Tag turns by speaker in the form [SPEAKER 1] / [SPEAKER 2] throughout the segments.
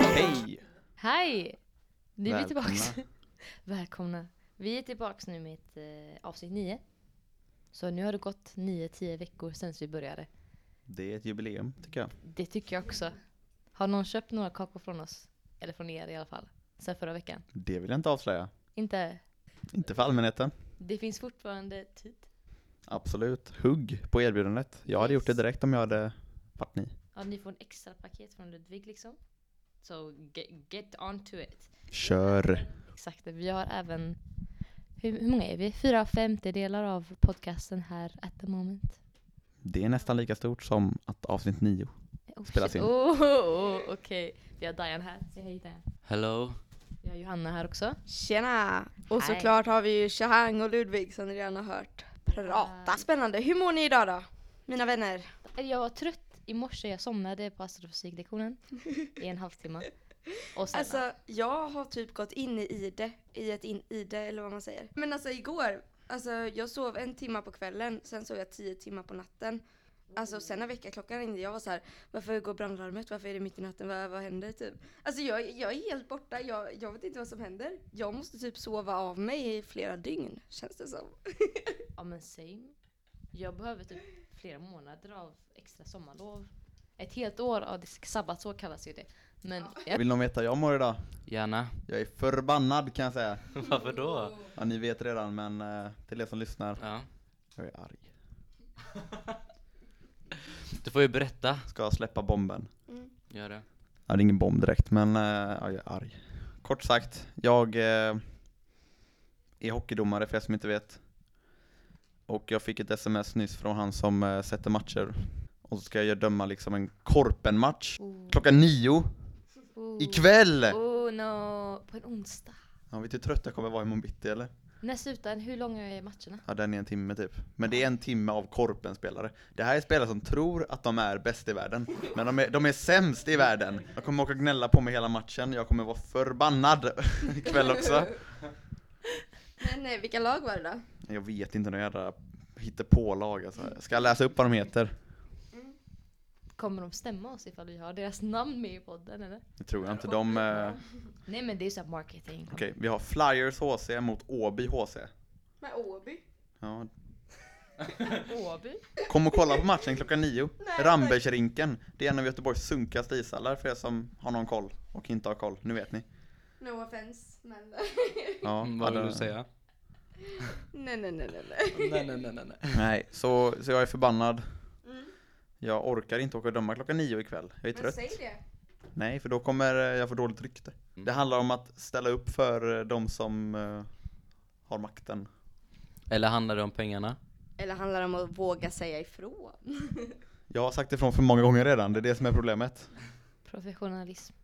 [SPEAKER 1] Hej!
[SPEAKER 2] Hej! Nu är vi
[SPEAKER 1] Välkomna.
[SPEAKER 2] tillbaks. Välkomna. Vi är tillbaks nu med ett eh, avsnitt 9. Så nu har det gått 9-10 veckor sedan vi började.
[SPEAKER 1] Det är ett jubileum tycker jag.
[SPEAKER 2] Det tycker jag också. Har någon köpt några kakor från oss? Eller från er i alla fall. Sen förra veckan.
[SPEAKER 1] Det vill jag inte avslöja.
[SPEAKER 2] Inte?
[SPEAKER 1] Inte för allmänheten.
[SPEAKER 2] Det finns fortfarande tid.
[SPEAKER 1] Absolut. Hugg på erbjudandet. Jag hade gjort det direkt om jag hade varit ni.
[SPEAKER 2] Ja, ni får en extra paket från Ludvig liksom. So get, get on to it.
[SPEAKER 1] Kör!
[SPEAKER 2] Exakt, vi har även... Hur, hur många är vi? Fyra femtedelar av podcasten här at the moment.
[SPEAKER 1] Det är nästan lika stort som att avsnitt nio.
[SPEAKER 2] Oh,
[SPEAKER 1] spelas
[SPEAKER 2] shit.
[SPEAKER 1] in.
[SPEAKER 2] Oh, oh, oh, Okej, vi har Diane här. Säg hej Diane.
[SPEAKER 3] Hello.
[SPEAKER 2] Vi har Johanna här också.
[SPEAKER 4] Tjena! Och
[SPEAKER 2] Hej.
[SPEAKER 4] såklart har vi ju Shahang och Ludvig som ni redan har hört prata.
[SPEAKER 2] Hej.
[SPEAKER 4] Spännande! Hur mår ni idag då? Mina vänner?
[SPEAKER 2] Jag var trött i morse, jag somnade på astrofysiklektionen i en halvtimme. Och sen,
[SPEAKER 4] Alltså jag har typ gått in i ide, i ett in ide eller vad man säger. Men alltså igår, alltså jag sov en timma på kvällen, sen sov jag tio timmar på natten. Alltså sen när väckarklockan ringde, jag var så här, varför går brandlarmet? Varför är det mitt i natten? Vad, vad händer? Typ. Alltså jag, jag är helt borta, jag, jag vet inte vad som händer. Jag måste typ sova av mig i flera dygn, känns det som.
[SPEAKER 2] ja men same. Jag behöver typ flera månader av extra sommarlov. Ett helt år av det- sabbatsår kallas ju det. Men ja.
[SPEAKER 1] Vill någon veta hur jag mår idag?
[SPEAKER 3] Gärna.
[SPEAKER 1] Jag är förbannad kan jag säga.
[SPEAKER 3] Varför då?
[SPEAKER 1] Ja, ni vet redan men eh, till er som lyssnar,
[SPEAKER 3] Ja.
[SPEAKER 1] jag är arg.
[SPEAKER 3] Du får ju berätta.
[SPEAKER 1] Ska jag släppa bomben?
[SPEAKER 3] Gör det.
[SPEAKER 1] Ja, det är ingen bomb direkt, men eh, ja, jag är arg. Kort sagt, jag eh, är hockeydomare för er som inte vet. Och jag fick ett sms nyss från han som eh, sätter matcher. Och så ska jag döma liksom en korpenmatch.
[SPEAKER 2] Oh,
[SPEAKER 1] Klockan nio
[SPEAKER 2] oh.
[SPEAKER 1] ikväll!
[SPEAKER 2] Oh no, på en onsdag.
[SPEAKER 1] Ja, vet du hur trött jag kommer vara imorgon bitti eller?
[SPEAKER 2] När slutar den? Hur långa är matcherna?
[SPEAKER 1] Ja, den är en timme typ. Men det är en timme av korpenspelare. Det här är spelare som tror att de är bäst i världen. Men de är, de är sämst i världen. Jag kommer åka och gnälla på mig hela matchen. Jag kommer vara förbannad ikväll också.
[SPEAKER 4] Men eh, vilka lag var det då?
[SPEAKER 1] Jag vet inte, några jävla hittepålag alltså. Jag ska läsa upp vad de heter.
[SPEAKER 2] Kommer de stämma oss ifall vi har deras namn med i podden eller?
[SPEAKER 1] Det tror jag inte. De... Eh...
[SPEAKER 2] Nej men det är så här marketing.
[SPEAKER 1] Okej, vi har Flyers HC mot Åby HC.
[SPEAKER 4] Med Åby.
[SPEAKER 1] Ja.
[SPEAKER 2] Åby.
[SPEAKER 1] Kom och kolla på matchen klockan nio.
[SPEAKER 4] Nej,
[SPEAKER 1] Rambergsrinken. Det är en av Göteborgs sunkigaste ishallar för er som har någon koll och inte har koll. Nu vet ni.
[SPEAKER 4] No offense, men...
[SPEAKER 1] Ja,
[SPEAKER 3] Mm, Vad vill
[SPEAKER 1] hade-
[SPEAKER 3] du säga?
[SPEAKER 4] nej, nej, nej, nej, nej.
[SPEAKER 3] nej, nej, nej, nej, nej.
[SPEAKER 1] eh, Nej, så, så jag är förbannad.
[SPEAKER 4] Mm.
[SPEAKER 1] Jag orkar inte åka och döma klockan nio ikväll. Jag är
[SPEAKER 4] Men
[SPEAKER 1] trött.
[SPEAKER 4] säg det.
[SPEAKER 1] Nej, för då kommer eh, jag få dåligt rykte.
[SPEAKER 3] Mm.
[SPEAKER 1] Det handlar om att ställa upp för eh, de som eh, har makten.
[SPEAKER 3] Eller handlar det om pengarna?
[SPEAKER 4] Eller handlar det om att våga säga ifrån?
[SPEAKER 1] Jag har sagt ifrån för många gånger redan, det är det som är problemet.
[SPEAKER 2] Professionalism.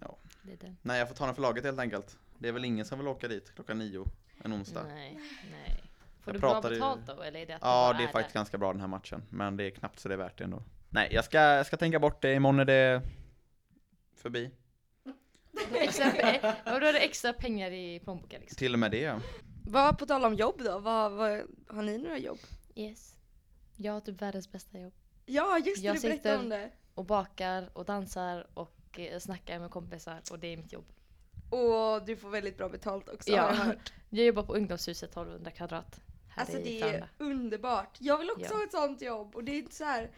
[SPEAKER 1] Ja.
[SPEAKER 2] Det är den.
[SPEAKER 1] Nej, jag får ta den för laget helt enkelt. Det är väl ingen som vill åka dit klockan nio en onsdag.
[SPEAKER 2] Nej, nej. Får
[SPEAKER 1] Jag
[SPEAKER 2] du bra
[SPEAKER 1] pratade ju-
[SPEAKER 2] betalt då eller är det att du
[SPEAKER 1] Ja,
[SPEAKER 2] bara
[SPEAKER 1] det är faktiskt
[SPEAKER 2] där?
[SPEAKER 1] ganska bra den här matchen, men det är knappt så det är värt det ändå. Nej, jag ska, jag ska tänka bort det. Imorgon är det förbi.
[SPEAKER 2] extra, pe- ja, då är det extra pengar i plånboken liksom.
[SPEAKER 1] Till och med det.
[SPEAKER 4] Vad, på tal om jobb då, vad, vad, har ni några jobb?
[SPEAKER 2] Yes. Jag har typ världens bästa jobb.
[SPEAKER 4] Ja, just det,
[SPEAKER 2] Jag
[SPEAKER 4] du berättade
[SPEAKER 2] sitter-
[SPEAKER 4] om det.
[SPEAKER 2] Och bakar och dansar och eh, snackar med kompisar och det är mitt jobb.
[SPEAKER 4] Och du får väldigt bra betalt också
[SPEAKER 2] Ja.
[SPEAKER 4] har jag hört.
[SPEAKER 2] Jag jobbar på ungdomshuset 1200 kvadrat. Här
[SPEAKER 4] Alltså
[SPEAKER 2] i
[SPEAKER 4] det
[SPEAKER 2] Frölunda.
[SPEAKER 4] är underbart. Jag vill också
[SPEAKER 2] Ja.
[SPEAKER 4] ha ett sånt jobb och det är inte så här.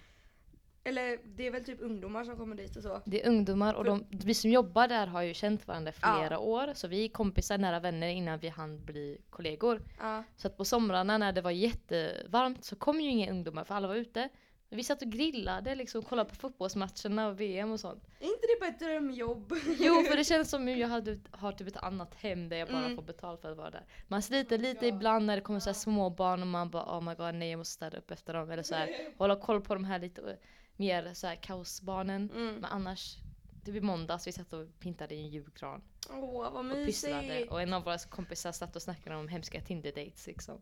[SPEAKER 4] Eller det är väl typ ungdomar som kommer dit och så.
[SPEAKER 2] Det är ungdomar och
[SPEAKER 4] För-
[SPEAKER 2] de, vi som jobbar där har ju känt varandra
[SPEAKER 4] Ja.
[SPEAKER 2] flera år. Så vi är kompisar, nära vänner innan vi hann bli kollegor.
[SPEAKER 4] Ja.
[SPEAKER 2] Så att på somrarna när det var jättevarmt så kom ju inga ungdomar för alla var ute. Men Vi satt och grillade liksom och kollade på fotbollsmatcherna och VM och sånt.
[SPEAKER 4] Är inte det bara ett drömjobb?
[SPEAKER 2] Jo för det känns som att jag hade, har typ ett annat hem där jag bara
[SPEAKER 4] Mm.
[SPEAKER 2] får betalt för att vara där. Man sliter lite ibland när det kommer så här småbarn och man bara oh my god nej jag måste städa upp efter dem. Eller så här, hålla koll på de här lite eh, mer så här kaosbarnen.
[SPEAKER 4] Mm.
[SPEAKER 2] Men annars, typ i måndags vi satt och pintade i en julgran.
[SPEAKER 4] Åh, vad
[SPEAKER 2] och pysslade
[SPEAKER 4] mysigt.
[SPEAKER 2] och en av våra kompisar satt och snackade om hemska Tinder-dates liksom.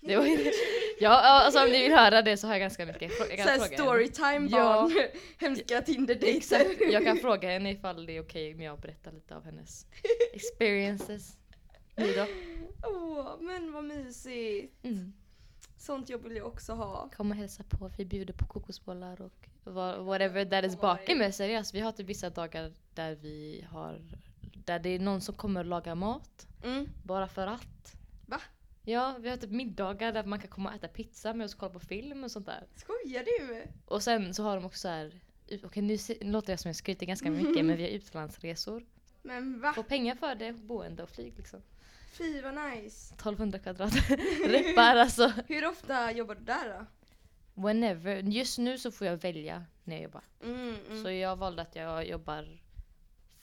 [SPEAKER 2] Det var ju... Ja, alltså om ni vill höra det så har jag ganska mycket frå- jag kan
[SPEAKER 4] Såhär
[SPEAKER 2] fråga henne.
[SPEAKER 4] storytime
[SPEAKER 2] Ja.
[SPEAKER 4] barn, hemska tinder
[SPEAKER 2] Exakt, jag kan fråga henne ifall det är okej om jag berättar lite av hennes experiences. Ni då?
[SPEAKER 4] Åh, men vad mysigt.
[SPEAKER 2] Mm.
[SPEAKER 4] Sånt jobb vill jag också ha.
[SPEAKER 2] Kom och hälsa på, vi bjuder på kokosbollar och wha- whatever that is baken. Men seriöst, vi har typ vissa dagar där vi har, där det är någon som kommer och lagar mat.
[SPEAKER 4] Mm.
[SPEAKER 2] Bara för att.
[SPEAKER 4] Va?
[SPEAKER 2] Ja, vi har typ middagar där man kan komma och äta pizza med oss och kolla på film och sånt där.
[SPEAKER 4] Skojar du?
[SPEAKER 2] Och sen så har de också så här, ut- okej nu se- nu låter jag som jag skryter ganska mycket men vi har utlandsresor.
[SPEAKER 4] Men va?
[SPEAKER 2] Får pengar för det, boende och flyg liksom.
[SPEAKER 4] Fy vad nice.
[SPEAKER 2] 1200 kvadrat. Reppar alltså.
[SPEAKER 4] Hur ofta jobbar du där då?
[SPEAKER 2] Whenever. Just nu så får jag välja när jag jobbar.
[SPEAKER 4] Mm, mm.
[SPEAKER 2] Så jag valde att jag jobbar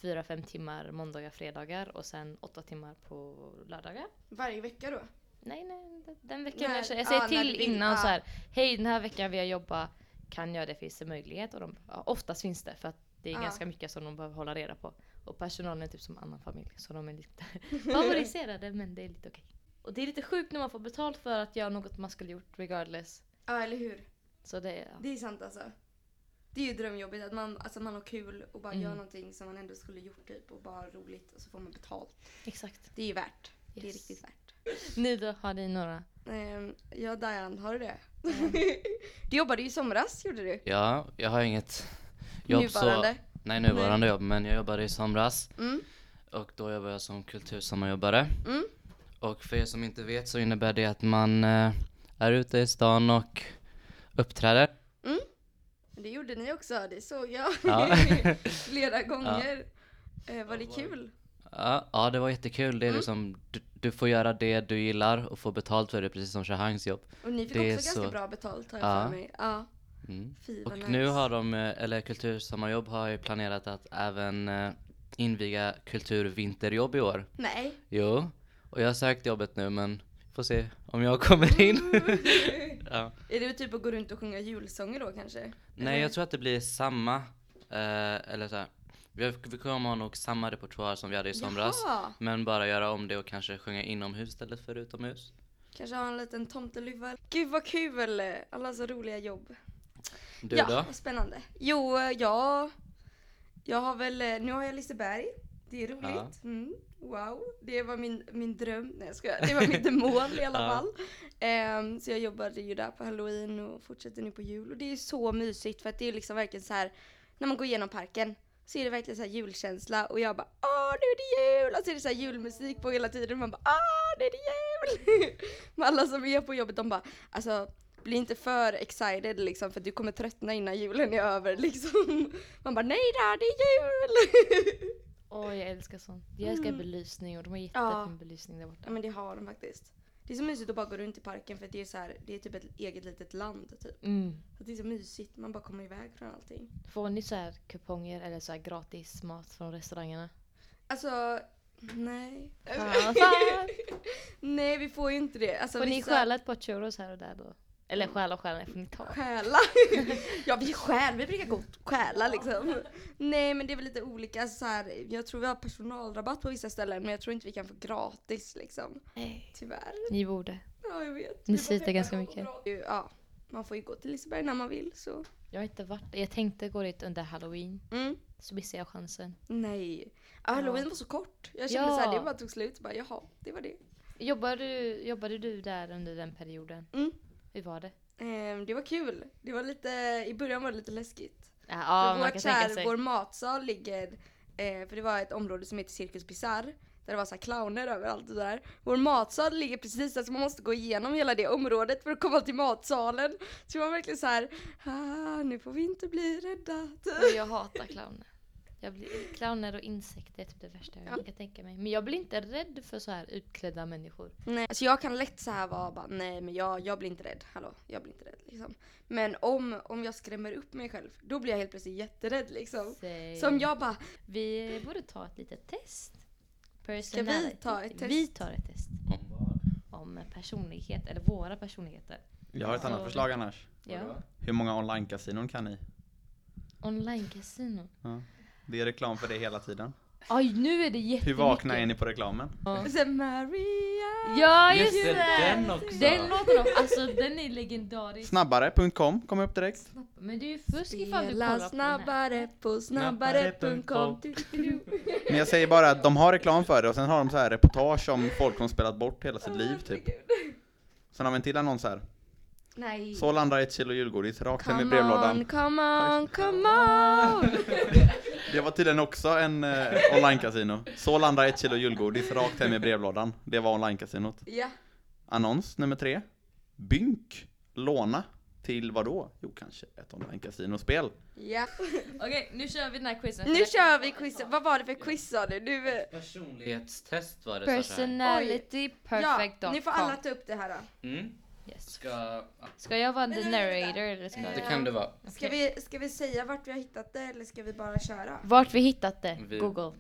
[SPEAKER 2] 4-5 timmar måndagar, fredagar och sen 8 timmar på lördagar.
[SPEAKER 4] Varje vecka då?
[SPEAKER 2] Nej, nej, d- den veckan
[SPEAKER 4] När-
[SPEAKER 2] jag känner. Jag säger
[SPEAKER 4] ja, när
[SPEAKER 2] till
[SPEAKER 4] du vill,
[SPEAKER 2] innan
[SPEAKER 4] ja.
[SPEAKER 2] så här. Hej, den här veckan vill jag jobba. Kan jag det? Finns det möjlighet? Och de, ja, oftast finns det för att det är
[SPEAKER 4] Ja.
[SPEAKER 2] ganska mycket som de behöver hålla reda på. Och personalen är typ som annan familj så de är lite favoriserade men det är lite okej. Och det är lite sjukt när man får betalt för att göra något man skulle gjort regardless.
[SPEAKER 4] Ja, eller hur?
[SPEAKER 2] Så det är...
[SPEAKER 4] Det är sant alltså. Det är ju drömjobbigt att man, alltså man har kul och bara
[SPEAKER 2] Mm.
[SPEAKER 4] gör någonting som man ändå skulle gjort typ och bara ha roligt och så får man betalt.
[SPEAKER 2] Exakt.
[SPEAKER 4] Det är ju värt. Det är
[SPEAKER 2] Yes.
[SPEAKER 4] riktigt värt.
[SPEAKER 2] Ni då, har ni några?
[SPEAKER 4] Ehm, ja Diane, har du det? du jobbade ju i somras gjorde du.
[SPEAKER 3] Ja, jag har inget jobb så...
[SPEAKER 4] Nuvarande.
[SPEAKER 3] Nej, nuvarande jobb, men jag jobbade i somras
[SPEAKER 4] Mm.
[SPEAKER 3] och då jobbade jag som kultursommarjobbare.
[SPEAKER 4] Mm.
[SPEAKER 3] Och för er som inte vet så innebär det att man eh, är ute i stan och uppträder.
[SPEAKER 4] Men Det gjorde ni också, det såg jag
[SPEAKER 3] Ja.
[SPEAKER 4] flera gånger. Eh, var det
[SPEAKER 3] Ja,
[SPEAKER 4] kul?
[SPEAKER 3] Ja, ja, det var jättekul. Det är liksom, du, du får göra det du gillar och få betalt för det, precis som Shahangs jobb.
[SPEAKER 4] Och ni fick
[SPEAKER 3] Det är
[SPEAKER 4] också ganska
[SPEAKER 3] så-
[SPEAKER 4] bra betalt har
[SPEAKER 3] Ja.
[SPEAKER 4] jag för mig. Ja.
[SPEAKER 3] Mm.
[SPEAKER 4] Fy vad
[SPEAKER 3] Och
[SPEAKER 4] nice.
[SPEAKER 3] nu har de, eh, eller Kultursommarjobb har ju planerat att även eh, inviga Kulturvinterjobb i år.
[SPEAKER 4] Nej.
[SPEAKER 3] Jo, och jag har sökt jobbet nu men får se om jag kommer in. ja.
[SPEAKER 4] Är det typ att gå runt och sjunga julsånger då kanske?
[SPEAKER 3] Nej, jag tror att det blir samma, eh, eller så här. Vi, vi kommer ha nog samma repertoar som vi hade i somras.
[SPEAKER 4] Jaha.
[SPEAKER 3] Men bara göra om det och kanske sjunga inomhus istället för utomhus.
[SPEAKER 4] Kanske ha en liten tomteluva. Gud vad kul! Alla så roliga jobb.
[SPEAKER 3] Du
[SPEAKER 4] ja,
[SPEAKER 3] då?
[SPEAKER 4] vad spännande. Jo, eh, jag... Jag har väl... eh, Nu har jag Liseberg. Det är roligt.
[SPEAKER 3] Ja.
[SPEAKER 4] Mm, wow. Det var min, min dröm. Nej jag skojar. Det var mitt mål i alla
[SPEAKER 3] Ja.
[SPEAKER 4] fall. Ehm, så jag jobbade ju där på halloween och fortsätter nu på jul. Och det är så mysigt för att det är liksom verkligen så här... När man går igenom parken så är det verkligen så här julkänsla och jag bara åh nu är det jul! Och så är det så här julmusik på hela tiden och man bara åh nu är det jul! Men alla som är på jobbet de bara alltså bli inte för excited liksom för du kommer tröttna innan julen är över liksom. Man bara nej då, det är jul!
[SPEAKER 2] Åh, jag älskar sånt. Jag älskar
[SPEAKER 4] Mm.
[SPEAKER 2] belysning och de har
[SPEAKER 4] Ja.
[SPEAKER 2] jättefin belysning där
[SPEAKER 4] ja
[SPEAKER 2] borta.
[SPEAKER 4] men det har de faktiskt. Det är så mysigt att bara gå runt i parken för att det är så här, det är typ ett eget litet land typ.
[SPEAKER 2] Mm.
[SPEAKER 4] Så det är så mysigt, man bara kommer iväg från allting.
[SPEAKER 2] Får ni så här kuponger eller så här gratis mat från restaurangerna?
[SPEAKER 4] Alltså, nej.
[SPEAKER 2] Fan, fan.
[SPEAKER 4] nej vi får ju inte det. Alltså,
[SPEAKER 2] Får ni
[SPEAKER 4] vissa- Mm.
[SPEAKER 2] stjäla ett par churros här och där då? Eller stjäla och stjäla, nej, får ni ta?
[SPEAKER 4] Stjäla? ja vi stjäl, vi brukar gå och stjäla liksom. Nej men det är väl lite olika, alltså, så här, jag tror vi har personalrabatt på vissa ställen men jag tror inte vi kan få gratis liksom.
[SPEAKER 2] Nej.
[SPEAKER 4] Tyvärr.
[SPEAKER 2] Ni borde.
[SPEAKER 4] Ja jag vet.
[SPEAKER 2] Ni
[SPEAKER 4] Vi får
[SPEAKER 2] sliter
[SPEAKER 4] peppa
[SPEAKER 2] ganska
[SPEAKER 4] dem
[SPEAKER 2] mycket.
[SPEAKER 4] bra. Ja, man får ju gå till Liseberg när man vill så.
[SPEAKER 2] Jag har inte varit Jag tänkte gå dit under halloween.
[SPEAKER 4] Mm.
[SPEAKER 2] Så missade jag chansen.
[SPEAKER 4] Nej. Ja, Halloween var så kort. Jag kände
[SPEAKER 2] Ja.
[SPEAKER 4] så här, det bara tog slut. Bara, jaha, det var det.
[SPEAKER 2] Jobbade du, jobbade du där under den perioden?
[SPEAKER 4] Mm.
[SPEAKER 2] Hur var det?
[SPEAKER 4] Ehm, det var kul. Det var lite, i början var det lite läskigt.
[SPEAKER 2] Ja, ja man
[SPEAKER 4] för vårt,
[SPEAKER 2] kan
[SPEAKER 4] så
[SPEAKER 2] tänka
[SPEAKER 4] här,
[SPEAKER 2] sig.
[SPEAKER 4] vår matsal ligger, eh, för det var ett område som heter Cirkus Bizarre. Där det var så här clowner överallt och där. Vår matsal ligger precis där så man måste gå igenom hela det området för att komma till matsalen. Så man var verkligen så här, ah, nu får vi inte bli rädda.
[SPEAKER 2] Och jag hatar clowner. Jag blir, clowner och insekter är typ det värsta jag
[SPEAKER 4] Ja.
[SPEAKER 2] kan tänka mig. Men jag blir inte rädd för så här utklädda människor.
[SPEAKER 4] Nej, så jag kan lätt så här vara bara, nej men jag, jag blir inte rädd, hallå, jag blir inte rädd liksom. Men om, om jag skrämmer upp mig själv, då blir jag helt plötsligt jätterädd liksom.
[SPEAKER 2] Säg-
[SPEAKER 4] Som jag bara,
[SPEAKER 2] Vi borde ta ett litet test.
[SPEAKER 4] vi ta ett test?
[SPEAKER 2] Vi tar ett test. Om personlighet, eller våra personligheter.
[SPEAKER 1] Jag har ett annat
[SPEAKER 2] Så-
[SPEAKER 1] förslag annars.
[SPEAKER 2] Ja.
[SPEAKER 1] Hur många online-kasinon kan ni?
[SPEAKER 2] Online-casino.
[SPEAKER 1] Ja. Det är reklam för det hela tiden.
[SPEAKER 2] Oj, nu är det jättemycket.
[SPEAKER 1] Hur vakna är ni på reklamen?
[SPEAKER 2] Ja.
[SPEAKER 4] Så här, Maria!
[SPEAKER 2] Ja, just,
[SPEAKER 3] Just det,
[SPEAKER 2] det!
[SPEAKER 3] den också.
[SPEAKER 2] Den låten också. Alltså den är legendarisk.
[SPEAKER 1] Snabbare.com kom upp direkt.
[SPEAKER 2] Men det är ju fusk ifall du kollar
[SPEAKER 4] Spela
[SPEAKER 2] på den här.
[SPEAKER 4] snabbare på snabbare.com
[SPEAKER 1] Men jag säger bara att de har reklam för det och sen har de så här reportage om folk som spelat bort hela sitt liv typ. Sen har vi en till annons här.
[SPEAKER 4] Nej.
[SPEAKER 1] Så landar ett kilo julgodis rakt hem i
[SPEAKER 4] Come on,
[SPEAKER 1] brevlådan.
[SPEAKER 4] come on, come on!
[SPEAKER 1] Det var tydligen också en eh, online-casino. Så landar ett kilo julgodis rakt hem i brevlådan. Det var online-casinot.
[SPEAKER 4] Ja,
[SPEAKER 1] Annons nummer tre. Bynk. Låna. Till vad då? Jo, kanske ett online-casinospel.
[SPEAKER 4] ja.
[SPEAKER 2] Okej, nu kör vi den här quizen.
[SPEAKER 4] Nu kör vi quizet. Vad var det för quiz sa du? du eh,
[SPEAKER 3] Personlighetstest var det Person...
[SPEAKER 2] Personality perfect
[SPEAKER 4] ja, ni får alla ta upp det här då.
[SPEAKER 3] mm.
[SPEAKER 2] yes.
[SPEAKER 3] Ska... ja,
[SPEAKER 2] Ska jag vara
[SPEAKER 4] Men
[SPEAKER 2] the
[SPEAKER 4] vänta,
[SPEAKER 2] narrator eller ska
[SPEAKER 3] Det
[SPEAKER 2] jag?
[SPEAKER 3] kan det vara.
[SPEAKER 4] Ska, vi, ska vi säga vart vi har hittat det eller ska vi bara köra?
[SPEAKER 2] Vart vi hittat det?
[SPEAKER 3] Vi-
[SPEAKER 2] Google.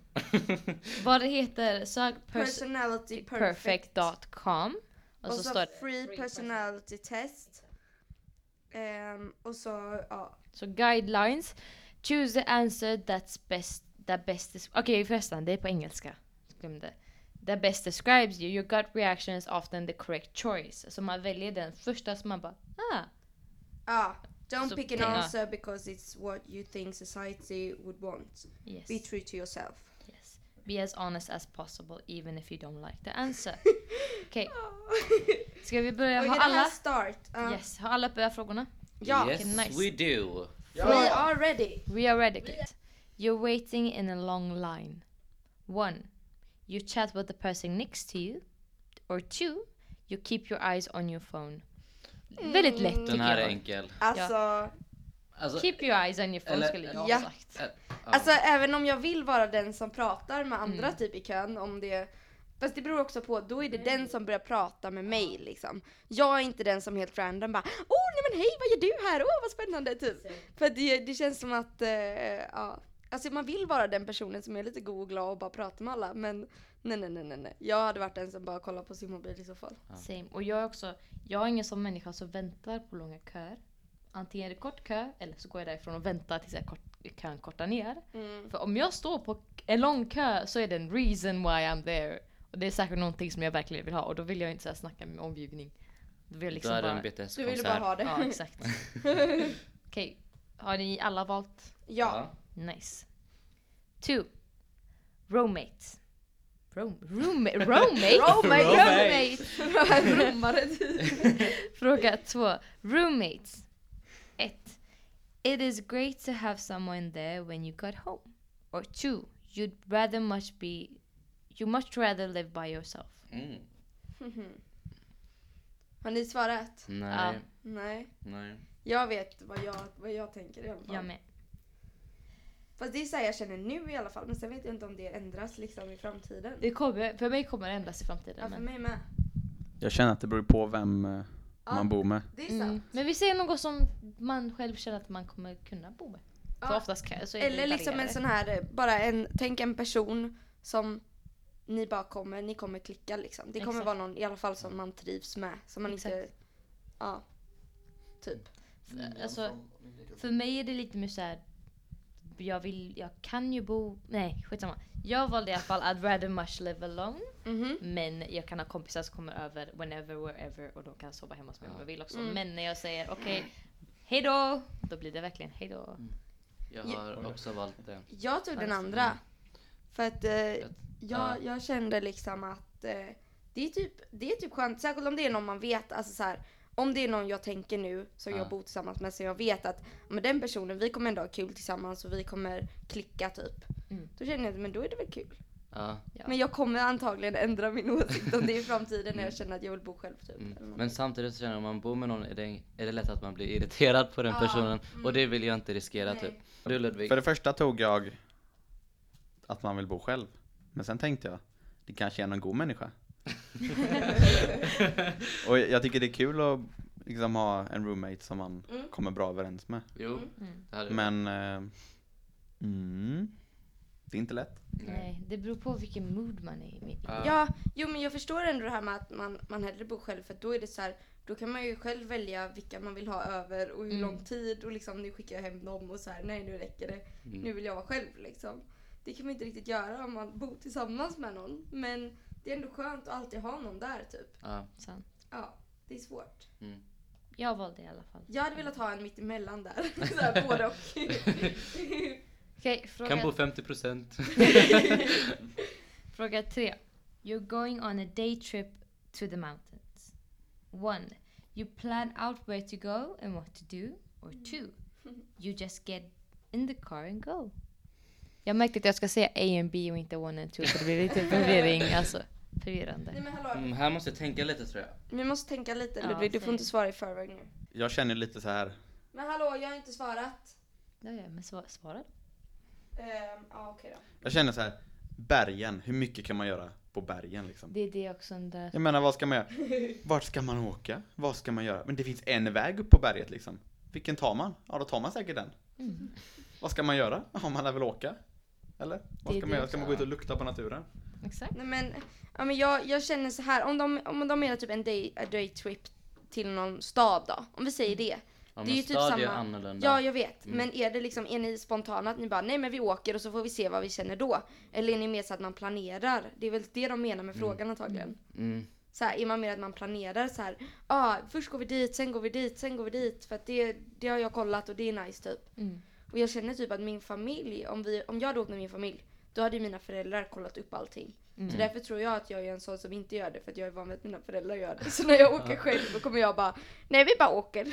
[SPEAKER 2] Vad det heter, sök pers-
[SPEAKER 4] Personalityperfect.com
[SPEAKER 2] perfect.com och så står det,
[SPEAKER 4] free personality test. Ehm, och så, ja.
[SPEAKER 2] så guidelines. Choose the answer that's best, that best des- Okej förresten, det är på engelska. Glömde. That best describes you, your gut reaction is often the correct choice. Så man väljer den första som man bara, ah.
[SPEAKER 4] ja. Don't
[SPEAKER 2] Så
[SPEAKER 4] pick an
[SPEAKER 2] kan-
[SPEAKER 4] answer because it's what you think society would want.
[SPEAKER 2] Yes.
[SPEAKER 4] Be true to yourself.
[SPEAKER 2] yes. Be as honest as possible even if you don't like the answer. Okej, ska vi börja?
[SPEAKER 4] Okej,
[SPEAKER 2] Har
[SPEAKER 4] det här
[SPEAKER 2] alla,
[SPEAKER 4] start. Ja.
[SPEAKER 2] yes, har alla börjat frågorna?
[SPEAKER 4] Ja.
[SPEAKER 3] Yes,
[SPEAKER 2] Okej, nice.
[SPEAKER 3] we do.
[SPEAKER 4] We are ready.
[SPEAKER 2] We are ready, kids. You're waiting in a long line. One, you chat with the person next to you. Or two, you keep your eyes on your phone. Väldigt lätt
[SPEAKER 3] Den här
[SPEAKER 2] tycker
[SPEAKER 3] är
[SPEAKER 2] jag.
[SPEAKER 3] enkel.
[SPEAKER 4] Alltså,
[SPEAKER 3] Alltså,
[SPEAKER 2] Keep your eyes on your phone
[SPEAKER 3] Eller-
[SPEAKER 2] skulle jag ha
[SPEAKER 4] Ja.
[SPEAKER 2] sagt.
[SPEAKER 3] ja.
[SPEAKER 4] alltså även om jag vill vara den som pratar med andra
[SPEAKER 2] Mm.
[SPEAKER 4] typ i kön om det Fast det beror också på, då är det den som börjar prata med mig liksom. Jag är inte den som helt random bara Åh nej men hej vad gör du här? Åh vad spännande typ. För det, det känns som att, eh, ja. Alltså man vill vara den personen som är lite god och glad och bara pratar med alla men nej nej nej nej nej. Jag hade varit den som bara kollar på sin mobil i så fall.
[SPEAKER 2] Same. Och jag är också, jag är ingen som människa som väntar på långa köer. Antingen är det kort kö eller så går jag därifrån och väntar tills jag kort, kan korta ner. För om jag står på en lång kö så är det en reason why I'm there. Och det är säkert någonting som jag verkligen vill ha och då vill jag inte så här snacka med min omgivning. Då vill jag liksom
[SPEAKER 3] Då är det
[SPEAKER 2] bara...
[SPEAKER 3] en
[SPEAKER 4] Du ville bara
[SPEAKER 3] BTS-konsert.
[SPEAKER 4] ha
[SPEAKER 2] Ja,
[SPEAKER 4] det.
[SPEAKER 2] exakt. Okej, har ni alla valt?
[SPEAKER 4] ja.
[SPEAKER 2] Nice. Two. Roommates. Room, room, roommate?
[SPEAKER 4] Roommate.
[SPEAKER 2] roommate. Rummare Fråga två. Roommates. Ett. It is great to have someone there when you got home. Or two. You'd rather much be... You much rather live by yourself.
[SPEAKER 3] Mm.
[SPEAKER 4] Har ni svarat?
[SPEAKER 3] Nej,
[SPEAKER 2] Ja.
[SPEAKER 4] Nej.
[SPEAKER 3] nej.
[SPEAKER 4] Jag vet vad jag, vad jag tänker i alla fall.
[SPEAKER 2] Jag med.
[SPEAKER 4] Fast det är så här jag känner nu i alla fall. Men sen vet jag inte om det ändras liksom i framtiden.
[SPEAKER 2] Det kommer, för mig kommer det ändras i
[SPEAKER 4] Ja,
[SPEAKER 2] framtiden.
[SPEAKER 4] för
[SPEAKER 2] Men,
[SPEAKER 4] mig med.
[SPEAKER 1] Jag känner att det beror på vem eh,
[SPEAKER 4] Ja.
[SPEAKER 1] man bor med.
[SPEAKER 4] Det är sant.
[SPEAKER 2] mm. men vi ser något som man själv känner att man kommer kunna bo med. För
[SPEAKER 4] Ja.
[SPEAKER 2] oftast kan, så är det
[SPEAKER 4] Eller liksom en
[SPEAKER 2] varierande.
[SPEAKER 4] sån här, bara en, tänk en person som ni bara kommer, ni kommer klicka liksom. Det kommer
[SPEAKER 2] Exakt.
[SPEAKER 4] vara någon i alla fall som man trivs med. Som man inte, ja. Typ.
[SPEAKER 2] För, alltså, för mig är det lite mer såhär, jag vill, jag kan ju bo, nej skitsamma. Jag valde i alla fall I'd rather much live alone.
[SPEAKER 4] Mhm.
[SPEAKER 2] Men jag kan ha kompisar som kommer över whenever, wherever och de kan sova hemma hos mig om
[SPEAKER 3] Ja.
[SPEAKER 2] jag vill också.
[SPEAKER 4] Mm.
[SPEAKER 2] Men när jag säger okej, hejdå! Då blir det verkligen hejdå.
[SPEAKER 3] Mm. Jag har också valt det.
[SPEAKER 4] Jag tog den
[SPEAKER 2] Varför?
[SPEAKER 4] andra. För att eh,
[SPEAKER 3] Alltså, mm. ja.
[SPEAKER 4] jag, jag kände liksom att eh, det, är typ, det är typ skönt, särskilt om det är någon man vet, alltså så här, om det är någon jag tänker nu som
[SPEAKER 3] Ja.
[SPEAKER 4] jag bor tillsammans med som jag vet att med den personen, vi kommer ändå ha kul tillsammans och vi kommer klicka typ.
[SPEAKER 2] Mm.
[SPEAKER 4] Då känner jag att men då är det väl kul.
[SPEAKER 3] Ja.
[SPEAKER 2] Ja.
[SPEAKER 4] Men jag kommer antagligen ändra min åsikt om det i framtiden när jag känner att jag vill bo själv typ. eller
[SPEAKER 3] Mm.
[SPEAKER 4] något.
[SPEAKER 3] Men samtidigt så känner jag om man bor med någon är det, är det lätt att man blir irriterad på den personen och det vill jag inte riskera
[SPEAKER 4] Mm. Nej.
[SPEAKER 3] typ. Du Ludvig,
[SPEAKER 1] För det första tog jag att man vill bo själv. Men sen tänkte jag, det kanske är någon god människa. och jag tycker det är kul att liksom ha en roommate som man
[SPEAKER 4] Mm.
[SPEAKER 1] kommer bra överens med.
[SPEAKER 3] jo.
[SPEAKER 2] Mm.
[SPEAKER 3] det hade-
[SPEAKER 1] Men, eh, mm, det är inte lätt.
[SPEAKER 2] Nej, det beror på vilken mood man är i.
[SPEAKER 3] Ja.
[SPEAKER 4] Ja, jo men jag förstår ändå det här med att man, man hellre bor själv för då är det så här, då kan man ju själv välja vilka man vill ha över och hur
[SPEAKER 2] Mm.
[SPEAKER 3] Mm.
[SPEAKER 4] lång tid och liksom nu skickar jag hem dem och så här nej nu räcker det, nu vill jag vara själv liksom. Det kan man inte riktigt göra om man bor tillsammans med någon. Men det är ändå skönt att alltid ha någon där typ.
[SPEAKER 3] Ja.
[SPEAKER 2] Sen.
[SPEAKER 4] Ja, det är svårt.
[SPEAKER 3] Mm.
[SPEAKER 2] Jag valde i alla fall.
[SPEAKER 4] Jag hade velat ha en mittemellan där. Så här, både och.
[SPEAKER 2] Okej, fråga,
[SPEAKER 3] Kan bo 50%.
[SPEAKER 2] fråga tre. You're going on a day trip to the mountains. One. You plan out where to go and what to do. Or two. You just get in the car and go. Jag märkte att jag ska säga A and B och inte one and two för det blir lite förvirring. Alltså,
[SPEAKER 4] Nej
[SPEAKER 2] förvirrande.
[SPEAKER 4] men hallå.
[SPEAKER 3] Mm, här måste jag tänka lite tror jag.
[SPEAKER 4] Vi måste tänka lite
[SPEAKER 2] Ja,
[SPEAKER 4] Ludvig, du
[SPEAKER 2] säg.
[SPEAKER 4] får inte svara i förväg nu.
[SPEAKER 1] Jag känner lite så här.
[SPEAKER 4] Men hallå, jag har inte svarat.
[SPEAKER 2] Ja, ja, men sva- svara då.
[SPEAKER 4] Ehm, ja, okej då.
[SPEAKER 1] jag känner så här. bergen, hur mycket kan man göra på bergen liksom?
[SPEAKER 2] Det är det också. Den där.
[SPEAKER 1] Jag menar vad ska man göra? Vart ska man åka? Vad ska man göra? Men det finns en väg upp på berget liksom. Vilken tar man? Ja då tar man säkert den.
[SPEAKER 2] Mm.
[SPEAKER 1] Vad ska man göra? Ja man lär väl åka? Eller? Vad
[SPEAKER 2] Det är
[SPEAKER 1] ska
[SPEAKER 2] det
[SPEAKER 1] man göra? Ska man
[SPEAKER 2] också,
[SPEAKER 1] gå ut och lukta på naturen?
[SPEAKER 2] Exakt.
[SPEAKER 4] Nej men, ja, men jag, jag känner så här. Om de, om de menar typ en day, a day trip till någon stad då. Om vi säger det.
[SPEAKER 3] Ja,
[SPEAKER 4] Det är
[SPEAKER 3] men
[SPEAKER 4] ju typ
[SPEAKER 3] stad är
[SPEAKER 4] samma.
[SPEAKER 3] annorlunda.
[SPEAKER 4] Ja, jag vet.
[SPEAKER 3] Mm.
[SPEAKER 4] Men är det liksom, är ni spontana att ni bara nej men vi åker och så får vi se vad vi känner då? Eller är ni mer så att man planerar? Det är väl det de menar med frågan antagligen.
[SPEAKER 3] Mm.
[SPEAKER 4] Så här, är man mer att man planerar så här, ja ah, först går vi dit, sen går vi dit, sen går vi dit för att det, det har jag kollat och det är nice typ.
[SPEAKER 2] Mm.
[SPEAKER 4] Och jag känner typ att min familj, om, vi, om jag hade åkt med min familj, då hade ju mina föräldrar kollat upp allting.
[SPEAKER 2] Mm.
[SPEAKER 4] Så därför tror jag att jag är en sån som inte gör det för att jag är van vid att mina föräldrar gör det. Så när jag åker själv då kommer jag bara, nej vi bara åker.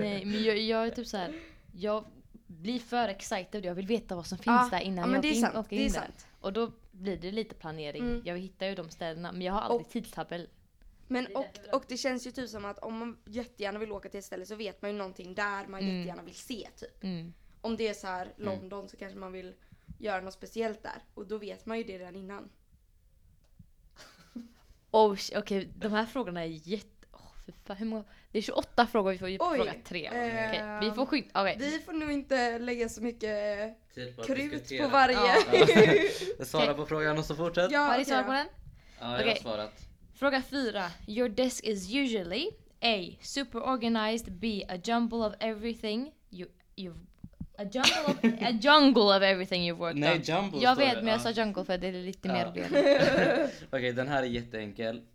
[SPEAKER 2] Nej, men jag, jag är typ så här. Jag blir för excited. Jag vill veta vad som finns
[SPEAKER 4] Ja,
[SPEAKER 2] där
[SPEAKER 4] ja
[SPEAKER 2] innan
[SPEAKER 4] men
[SPEAKER 2] jag
[SPEAKER 4] det är
[SPEAKER 2] åker in,
[SPEAKER 4] sant,
[SPEAKER 2] åker in
[SPEAKER 4] det är
[SPEAKER 2] där.
[SPEAKER 4] sant.
[SPEAKER 2] Och då blir det lite planering.
[SPEAKER 4] Mm.
[SPEAKER 2] Jag hittar ju de ställena, men jag har aldrig tidtabell.
[SPEAKER 4] Men
[SPEAKER 2] Det är
[SPEAKER 4] och,
[SPEAKER 2] därför bra.
[SPEAKER 4] och det känns ju typ som att om man jättegärna vill åka till ett ställe så vet man ju någonting där man
[SPEAKER 2] Mm.
[SPEAKER 4] jättegärna vill se typ.
[SPEAKER 2] Mm.
[SPEAKER 4] Om det är så här London så kanske man vill göra något speciellt där och då vet man ju det redan innan.
[SPEAKER 2] Mm. Oh, sh- Okej, de här frågorna är jätte... Åh, fy fan, hur många... Det är 28 frågor, vi får ju på
[SPEAKER 4] Oj,
[SPEAKER 2] fråga tre. Okej,
[SPEAKER 4] ehm,
[SPEAKER 2] vi får skynda... Okej,
[SPEAKER 4] Vi får nog inte lägga så mycket
[SPEAKER 3] Tid på att
[SPEAKER 4] krut
[SPEAKER 3] diskutera.
[SPEAKER 4] på varje.
[SPEAKER 2] Ja.
[SPEAKER 3] Svara på frågan och så fortsätt. Ja,
[SPEAKER 2] har ni
[SPEAKER 4] Ja, okej
[SPEAKER 2] svar
[SPEAKER 4] då.
[SPEAKER 2] på den?
[SPEAKER 3] jag har
[SPEAKER 2] Okej.
[SPEAKER 3] svarat.
[SPEAKER 2] Fråga fyra. Your desk is usually A. Super organized. B. A jumble of everything. You, you've, a, jungle of, a jungle of everything you've worked
[SPEAKER 3] Nej,
[SPEAKER 2] on.
[SPEAKER 3] jumbo
[SPEAKER 2] Jag
[SPEAKER 3] står
[SPEAKER 2] vet
[SPEAKER 3] det.
[SPEAKER 2] men jag sa
[SPEAKER 3] Ja.
[SPEAKER 2] jungle för det är lite
[SPEAKER 3] Ja.
[SPEAKER 2] mer ben.
[SPEAKER 3] Okej, den här är jätteenkel.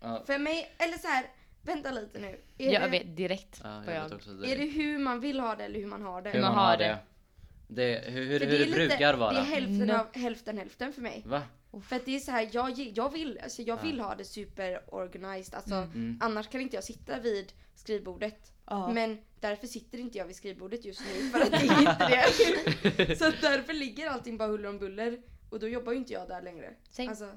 [SPEAKER 3] Ja,
[SPEAKER 4] För mig, eller så här, vänta lite nu. Är,
[SPEAKER 2] Jag
[SPEAKER 4] det,
[SPEAKER 2] vet direkt
[SPEAKER 3] ja,
[SPEAKER 2] vad
[SPEAKER 3] jag vet
[SPEAKER 2] jag...
[SPEAKER 3] också
[SPEAKER 4] är det hur man vill ha det eller hur man har det?
[SPEAKER 3] Hur man
[SPEAKER 2] man har
[SPEAKER 3] har
[SPEAKER 2] det.
[SPEAKER 3] det. det hur hur,
[SPEAKER 4] För
[SPEAKER 3] hur det,
[SPEAKER 4] är lite-
[SPEAKER 3] brukar
[SPEAKER 4] Det är
[SPEAKER 3] vara.
[SPEAKER 4] hälften
[SPEAKER 2] No.
[SPEAKER 4] av hälften hälften för mig.
[SPEAKER 3] Va?
[SPEAKER 4] För att det är så här, jag, gi- jag vill, alltså jag vill ha det superorganized. Alltså,
[SPEAKER 3] Mm.
[SPEAKER 4] Annars kan inte jag sitta vid skrivbordet.
[SPEAKER 2] Ja.
[SPEAKER 4] Men därför sitter inte jag vid skrivbordet just nu för att det är inte det. så att därför ligger allting bara huller om buller. Och då jobbar ju inte jag där längre.
[SPEAKER 2] Säg.
[SPEAKER 4] Alltså,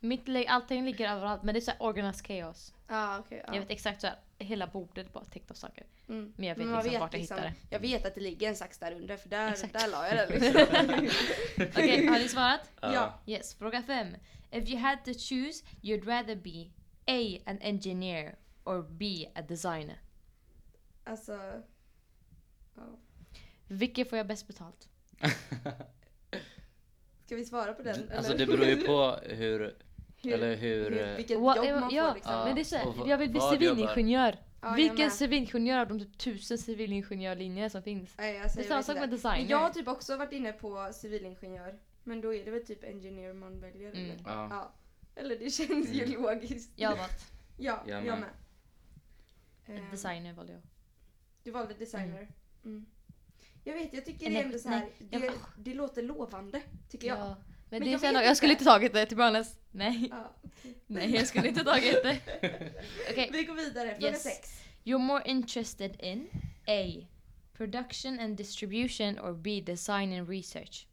[SPEAKER 2] Mitt lägg, allting ligger överallt men det är såhär organized chaos.
[SPEAKER 4] ah, okay, ja.
[SPEAKER 2] Jag vet exakt såhär, hela bordet bara täckt av saker.
[SPEAKER 4] Mm.
[SPEAKER 2] men jag vet
[SPEAKER 4] man
[SPEAKER 2] liksom vart jag hittar det.
[SPEAKER 4] Jag vet att det ligger en sax där under för där,
[SPEAKER 2] Exakt.
[SPEAKER 4] där la jag den liksom.
[SPEAKER 2] Okej, har ni svarat?
[SPEAKER 4] ja.
[SPEAKER 2] Yes, fråga fem. If you had to choose, you'd rather be A. An engineer or B. A designer.
[SPEAKER 4] Alltså,
[SPEAKER 2] Vilket får jag bäst betalt?
[SPEAKER 4] ska vi svara på den? eller?
[SPEAKER 3] Alltså det beror ju på hur...
[SPEAKER 4] Hur-
[SPEAKER 3] eller hur... eh,
[SPEAKER 4] hur, vilket
[SPEAKER 2] What-
[SPEAKER 4] jobb man
[SPEAKER 2] eh, ja,
[SPEAKER 4] får liksom.
[SPEAKER 2] men det är så
[SPEAKER 3] Och
[SPEAKER 2] här,
[SPEAKER 3] vad-
[SPEAKER 2] jag vill bli
[SPEAKER 3] vad jobbar-
[SPEAKER 2] civilingenjör.
[SPEAKER 4] Ja, jag
[SPEAKER 2] Vilken
[SPEAKER 4] med.
[SPEAKER 2] civilingenjör av de typ tusen civilingenjörlinjer som finns?
[SPEAKER 4] Nej, alltså,
[SPEAKER 2] Det är
[SPEAKER 4] jag
[SPEAKER 2] samma
[SPEAKER 4] vet
[SPEAKER 2] sak
[SPEAKER 4] inte.
[SPEAKER 2] med designer.
[SPEAKER 4] Men Jag har typ också varit inne på civilingenjör. Men då är det väl typ engineer man väljer
[SPEAKER 2] Mm.
[SPEAKER 4] eller?
[SPEAKER 3] Ja. Mm.
[SPEAKER 4] Ja. Eller det känns ju logiskt.
[SPEAKER 2] Jag har valt
[SPEAKER 4] Ja,
[SPEAKER 3] Jag
[SPEAKER 4] jag,
[SPEAKER 3] med.
[SPEAKER 4] med. Ehm,
[SPEAKER 2] designer. Valde jag.
[SPEAKER 4] Du valde designer. Mm. Jag vet, jag tycker
[SPEAKER 2] Nej,
[SPEAKER 4] det är ändå så här,
[SPEAKER 2] nej, jag-
[SPEAKER 4] det, det låter lovande tycker jag.
[SPEAKER 2] Ja. Men,
[SPEAKER 4] Men
[SPEAKER 2] det
[SPEAKER 4] jag
[SPEAKER 2] känner,
[SPEAKER 4] vet
[SPEAKER 2] jag skulle
[SPEAKER 4] inte.
[SPEAKER 2] inte tagit det till Barnes. Nej,
[SPEAKER 4] Ja.
[SPEAKER 2] nej jag skulle inte tagit det. Okej,
[SPEAKER 4] Vi går vidare, fråga
[SPEAKER 2] Yes.
[SPEAKER 4] sex.
[SPEAKER 2] You're more interested in A. Production and distribution or B. Design and research.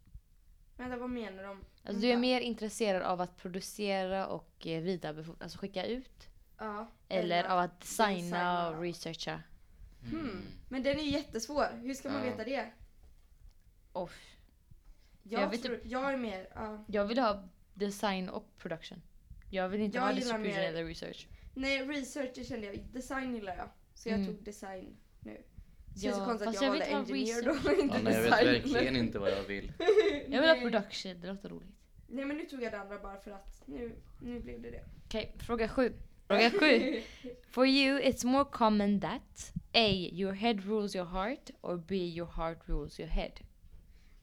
[SPEAKER 4] Vänta, vad menar de?
[SPEAKER 2] Alltså, du är
[SPEAKER 4] Vänta.
[SPEAKER 2] mer intresserad av att producera och eh, vidarebefordra, alltså skicka ut.
[SPEAKER 4] Ja.
[SPEAKER 2] Eller av att designa
[SPEAKER 4] designa.
[SPEAKER 2] och researcha.
[SPEAKER 3] Mm.
[SPEAKER 4] Hmm. Men den är ju jättesvår. Hur ska man
[SPEAKER 3] Ja.
[SPEAKER 4] veta det?
[SPEAKER 2] Och
[SPEAKER 4] Jag,
[SPEAKER 2] Jag vet
[SPEAKER 4] tror, jag är mer, ja.
[SPEAKER 2] jag vill ha design och production. Jag vill inte
[SPEAKER 4] Jag
[SPEAKER 2] ha
[SPEAKER 4] gillar
[SPEAKER 2] distribution
[SPEAKER 4] mer-
[SPEAKER 2] eller research.
[SPEAKER 4] Nej, research det kände jag. Design gillar jag. Så jag
[SPEAKER 2] Mm.
[SPEAKER 4] tog design nu. Så
[SPEAKER 2] Ja,
[SPEAKER 4] det är så konstigt
[SPEAKER 2] fast
[SPEAKER 4] att
[SPEAKER 2] jag
[SPEAKER 4] jag valde
[SPEAKER 2] vet vad
[SPEAKER 4] engineer
[SPEAKER 2] research-
[SPEAKER 4] då och inte
[SPEAKER 3] Ja, nej, jag vet
[SPEAKER 4] design.
[SPEAKER 3] verkligen inte vad jag vill.
[SPEAKER 2] Jag vill ha
[SPEAKER 4] Nej.
[SPEAKER 2] production, det låter roligt.
[SPEAKER 4] Nej men nu tog jag det andra bara för att nu, nu blev det det.
[SPEAKER 2] Okej, fråga sju. Fråga sju. For you it's more common that A. Your head rules your heart or B. Your heart rules your head.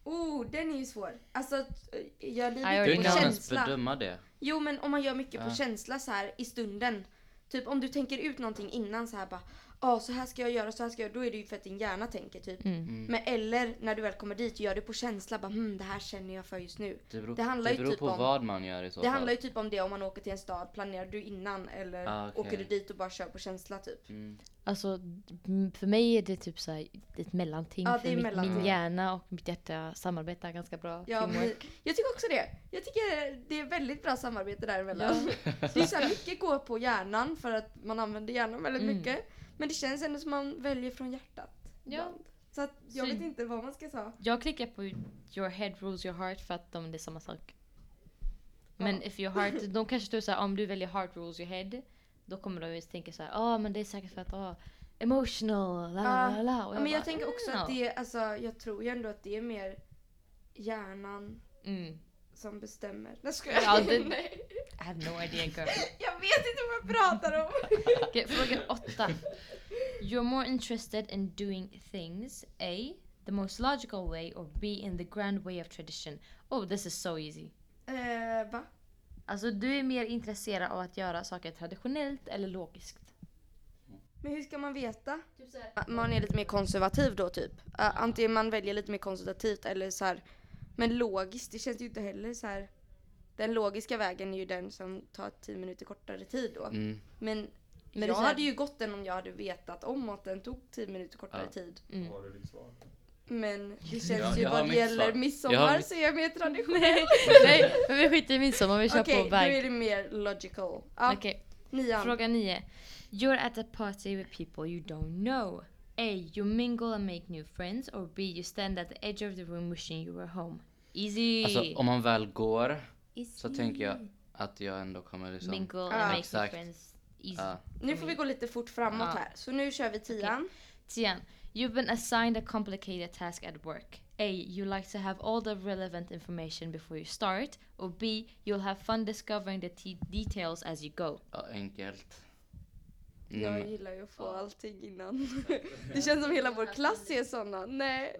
[SPEAKER 4] Oh, den är ju svår. Alltså, att, eh, jag
[SPEAKER 2] Nej, jag
[SPEAKER 3] Du
[SPEAKER 4] lider
[SPEAKER 2] vet
[SPEAKER 4] på
[SPEAKER 3] kan
[SPEAKER 2] inte.
[SPEAKER 3] ens
[SPEAKER 4] känsla.
[SPEAKER 3] bedöma det.
[SPEAKER 4] Jo men om man gör mycket på
[SPEAKER 3] Ja.
[SPEAKER 4] känsla så här i stunden. Typ om du tänker ut någonting innan så här bara Ja så här ska jag göra, så här ska jag göra. Då är det ju för att din hjärna tänker typ.
[SPEAKER 2] Mm.
[SPEAKER 3] Mm.
[SPEAKER 4] Men eller när du väl kommer dit, gör det på känsla bara hm, det här känner jag för just nu.
[SPEAKER 3] Det beror,
[SPEAKER 4] det handlar ju
[SPEAKER 3] beror
[SPEAKER 4] typ
[SPEAKER 3] på
[SPEAKER 4] om-
[SPEAKER 3] vad man gör i så
[SPEAKER 4] Det
[SPEAKER 3] fall.
[SPEAKER 4] handlar ju typ om det om man åker till en stad, planerar du innan eller
[SPEAKER 3] Ah, okej.
[SPEAKER 4] åker du dit och bara kör på känsla typ?
[SPEAKER 3] Mm.
[SPEAKER 2] Alltså m- för mig är det typ så här ett mellanting.
[SPEAKER 4] Ja, det
[SPEAKER 2] för
[SPEAKER 4] är
[SPEAKER 2] mitt,
[SPEAKER 4] mellanting.
[SPEAKER 2] Min hjärna och mitt hjärta samarbetar ganska bra.
[SPEAKER 4] Ja,
[SPEAKER 2] Teamwork.
[SPEAKER 4] men, jag tycker också det. Jag tycker det är väldigt bra samarbete däremellan. Det är så här, mycket går på hjärnan för att man använder hjärnan väldigt
[SPEAKER 2] Mm.
[SPEAKER 4] mycket. Men det känns ändå som man väljer från hjärtat.
[SPEAKER 2] Ja.
[SPEAKER 4] ibland. Så att jag
[SPEAKER 2] Så-
[SPEAKER 4] vet inte vad man ska ta.
[SPEAKER 2] Jag klickar på your head rules your heart för att de, det är samma sak. Men if your heart, de kanske står såhär om du väljer heart rules your head. Då kommer de ju tänka såhär, ja men det är säkert för att ah, emotional, la la la, la. Och
[SPEAKER 4] Ja, men jag
[SPEAKER 2] bara, "Ah,
[SPEAKER 4] tänker också att
[SPEAKER 2] no.
[SPEAKER 4] det är, alltså, jag tror ju ändå att det är mer hjärnan
[SPEAKER 2] Mm.
[SPEAKER 4] som bestämmer. Nej, ska jag?
[SPEAKER 2] Ja, det-
[SPEAKER 4] Nej,
[SPEAKER 2] I have no idea girl.
[SPEAKER 4] jag vet inte vad jag pratar om.
[SPEAKER 2] Okej, fråga åtta. You're more interested in doing things A. The most logical way or B. In the grand way of tradition. Oh this is so easy.
[SPEAKER 4] Eh, va?
[SPEAKER 2] Alltså du är mer intresserad av att göra saker traditionellt eller logiskt.
[SPEAKER 4] Men hur ska man veta?
[SPEAKER 2] Typ
[SPEAKER 4] Man är lite mer konservativ då typ. Ä, Antingen man väljer lite mer konservativt eller så här. Men logiskt, det känns ju inte heller så här. Den logiska vägen är ju den som tar 10 minuter kortare tid då.
[SPEAKER 3] Mm.
[SPEAKER 4] Men,
[SPEAKER 2] det är
[SPEAKER 4] jag
[SPEAKER 2] så här-
[SPEAKER 4] hade ju gått den om jag hade vetat om att den tog 10 minuter kortare
[SPEAKER 3] Ja.
[SPEAKER 4] tid.
[SPEAKER 2] Mm.
[SPEAKER 1] Har du ditt svar?
[SPEAKER 4] Men det känns
[SPEAKER 3] jag
[SPEAKER 4] ju
[SPEAKER 3] har
[SPEAKER 4] vad det
[SPEAKER 3] mitt
[SPEAKER 4] gäller
[SPEAKER 3] svar. Jag
[SPEAKER 4] midsommar
[SPEAKER 3] har mitt-
[SPEAKER 4] så är jag mer traditionell.
[SPEAKER 2] Nej, nej, men vi skiter i midsommar, vi kör
[SPEAKER 4] Okej,
[SPEAKER 2] på
[SPEAKER 4] nu är
[SPEAKER 2] väg.
[SPEAKER 4] det mer logical. Ja,
[SPEAKER 2] Okej,
[SPEAKER 4] nian.
[SPEAKER 2] fråga nio. You're at a party with people you don't know. A. You mingle and make new friends. Or B. You stand at the edge of the room wishing you were home. Easy!
[SPEAKER 3] Alltså om man väl går
[SPEAKER 2] Easy.
[SPEAKER 3] så tänker
[SPEAKER 4] Mm.
[SPEAKER 3] jag att jag ändå kommer liksom...
[SPEAKER 2] Mingle and
[SPEAKER 4] Ja.
[SPEAKER 2] make
[SPEAKER 3] Exakt.
[SPEAKER 2] new friends. Easy.
[SPEAKER 3] Ja.
[SPEAKER 4] Nu får vi gå lite fort framåt
[SPEAKER 2] Ja.
[SPEAKER 4] här. Så nu kör vi tian.
[SPEAKER 2] Tian, you've been assigned a complicated task at work. A. You like to have all the relevant information before you start. Or B. You'll have fun discovering the t- details as you go.
[SPEAKER 3] Ja, enkelt. Mm. Nej,
[SPEAKER 4] Jag
[SPEAKER 3] men,
[SPEAKER 4] gillar ju att få allting innan. Det känns som hela vår
[SPEAKER 2] Alltså,
[SPEAKER 4] klass är såna. Nej.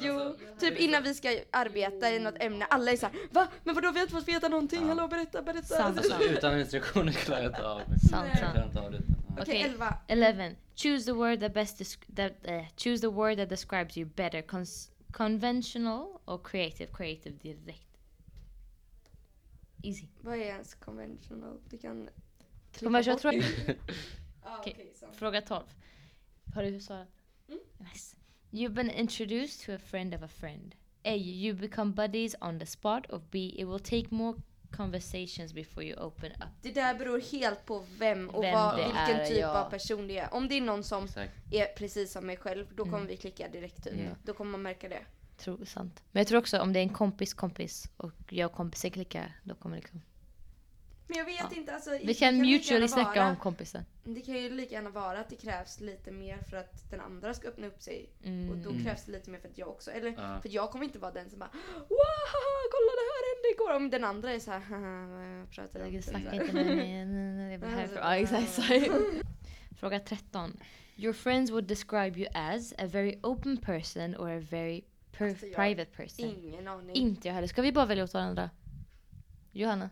[SPEAKER 4] Jo, typ innan vi
[SPEAKER 2] liksom-
[SPEAKER 4] ska arbeta i något ämne. Alla är såhär va? Men vadå vi har inte fått veta någonting. Hallå berätta, berätta.
[SPEAKER 2] Sant,
[SPEAKER 4] Alltså,
[SPEAKER 2] sant.
[SPEAKER 3] alltså, utan instruktioner klarar jag inte av det.
[SPEAKER 2] Sant,
[SPEAKER 3] Jag
[SPEAKER 2] sant.
[SPEAKER 3] klarar inte av det. utan- Ja.
[SPEAKER 4] Okej,
[SPEAKER 2] Okej.
[SPEAKER 4] elva.
[SPEAKER 2] 11. Choose the word that best desc- that uh, choose the word that describes you better. Cons- conventional or creative? Creative direkt. Easy.
[SPEAKER 4] Vad är ens conventional? Du kan klippa
[SPEAKER 2] Kommer jag
[SPEAKER 4] bort.
[SPEAKER 2] tror
[SPEAKER 4] Ja,
[SPEAKER 2] Okej.
[SPEAKER 4] okej, sant.
[SPEAKER 2] Fråga 12. Har du svarat?
[SPEAKER 4] Mm.
[SPEAKER 2] Nice. You've been introduced to a friend of a friend. A. You become buddies on the spot. Or B. It will take more conversations before you open up.
[SPEAKER 4] Det där beror helt på vem och
[SPEAKER 2] Vem
[SPEAKER 4] vad,
[SPEAKER 2] det
[SPEAKER 4] vilken
[SPEAKER 2] är,
[SPEAKER 4] typ
[SPEAKER 2] ja.
[SPEAKER 4] av person det är. Om det är någon som
[SPEAKER 3] Exakt.
[SPEAKER 4] är precis som mig själv, då kommer
[SPEAKER 2] Mm.
[SPEAKER 4] vi klicka direkt typ.
[SPEAKER 3] Mm.
[SPEAKER 4] Då kommer man märka det.
[SPEAKER 2] Tror sant. Men jag tror också om det är en kompis kompis och jag och kompisen klickar, då kommer det komma.
[SPEAKER 4] Men jag vet
[SPEAKER 2] Ja.
[SPEAKER 4] inte alltså.
[SPEAKER 2] Vi kan mutually snacka om
[SPEAKER 4] om.
[SPEAKER 2] kompisen.
[SPEAKER 4] Det kan ju lika gärna vara att det krävs lite mer för att den andra ska öppna upp sig.
[SPEAKER 2] Mm.
[SPEAKER 4] Och då
[SPEAKER 3] Mm.
[SPEAKER 4] krävs det lite mer för att jag också, eller
[SPEAKER 3] Ja.
[SPEAKER 4] för jag kommer inte vara den som bara wow, kolla det här hände igår. Om den andra är så här, "Haha, vad jag pratar om.
[SPEAKER 2] Jag
[SPEAKER 4] typ så
[SPEAKER 2] snackar
[SPEAKER 4] här.
[SPEAKER 2] inte med mig. Jag blir här för... Ja,
[SPEAKER 4] Mm.
[SPEAKER 2] exakt. så. Fråga 13. Your friends would describe you as a very open person or a very per-
[SPEAKER 4] Alltså, jag-
[SPEAKER 2] private person.
[SPEAKER 4] Ingen aning.
[SPEAKER 2] Inte jag heller. Ska vi bara välja åt varandra? Johanna,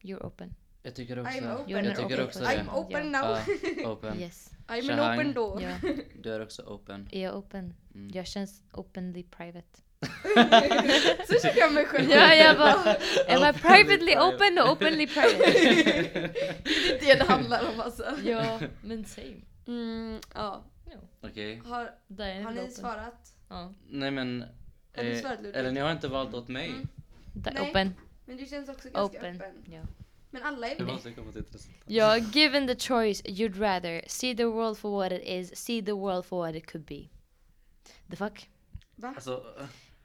[SPEAKER 2] you're open.
[SPEAKER 3] Jag tycker också,
[SPEAKER 4] I'm open.
[SPEAKER 2] Jag tycker
[SPEAKER 4] okay.
[SPEAKER 2] också det.
[SPEAKER 4] I'm open now.
[SPEAKER 3] Ja, open.
[SPEAKER 2] Yes.
[SPEAKER 4] I'm an
[SPEAKER 3] Shahang.
[SPEAKER 4] open door.
[SPEAKER 2] Ja.
[SPEAKER 3] Du är också open.
[SPEAKER 2] Är jag open?
[SPEAKER 3] Mm.
[SPEAKER 2] Jag känns openly private.
[SPEAKER 4] så känner jag mig själv.
[SPEAKER 2] Ja, jag bara... Am I
[SPEAKER 3] Openly
[SPEAKER 2] privately
[SPEAKER 3] private.
[SPEAKER 2] open och openly private?
[SPEAKER 4] Det är det det handlar om alltså.
[SPEAKER 2] ja, men same.
[SPEAKER 4] Mm, ja.
[SPEAKER 3] Okej.
[SPEAKER 4] Har,
[SPEAKER 2] Där är
[SPEAKER 4] har
[SPEAKER 2] jag
[SPEAKER 4] ni
[SPEAKER 2] open.
[SPEAKER 4] svarat?
[SPEAKER 2] Ja.
[SPEAKER 3] Nej men... eh,
[SPEAKER 4] Har du svarat, Ludvig?
[SPEAKER 3] eller ni har inte valt åt mig.
[SPEAKER 4] Mm.
[SPEAKER 2] Där-
[SPEAKER 4] Nej.
[SPEAKER 2] Open.
[SPEAKER 4] Men du känns också ganska
[SPEAKER 2] Open.
[SPEAKER 4] open.
[SPEAKER 2] Ja.
[SPEAKER 4] Men alla är
[SPEAKER 3] Du
[SPEAKER 4] väl
[SPEAKER 3] måste komma till ett resultat.
[SPEAKER 2] Ja, given the choice you'd rather see the world for what it is, see the world for what it could be. The fuck?
[SPEAKER 4] Va?
[SPEAKER 3] Alltså,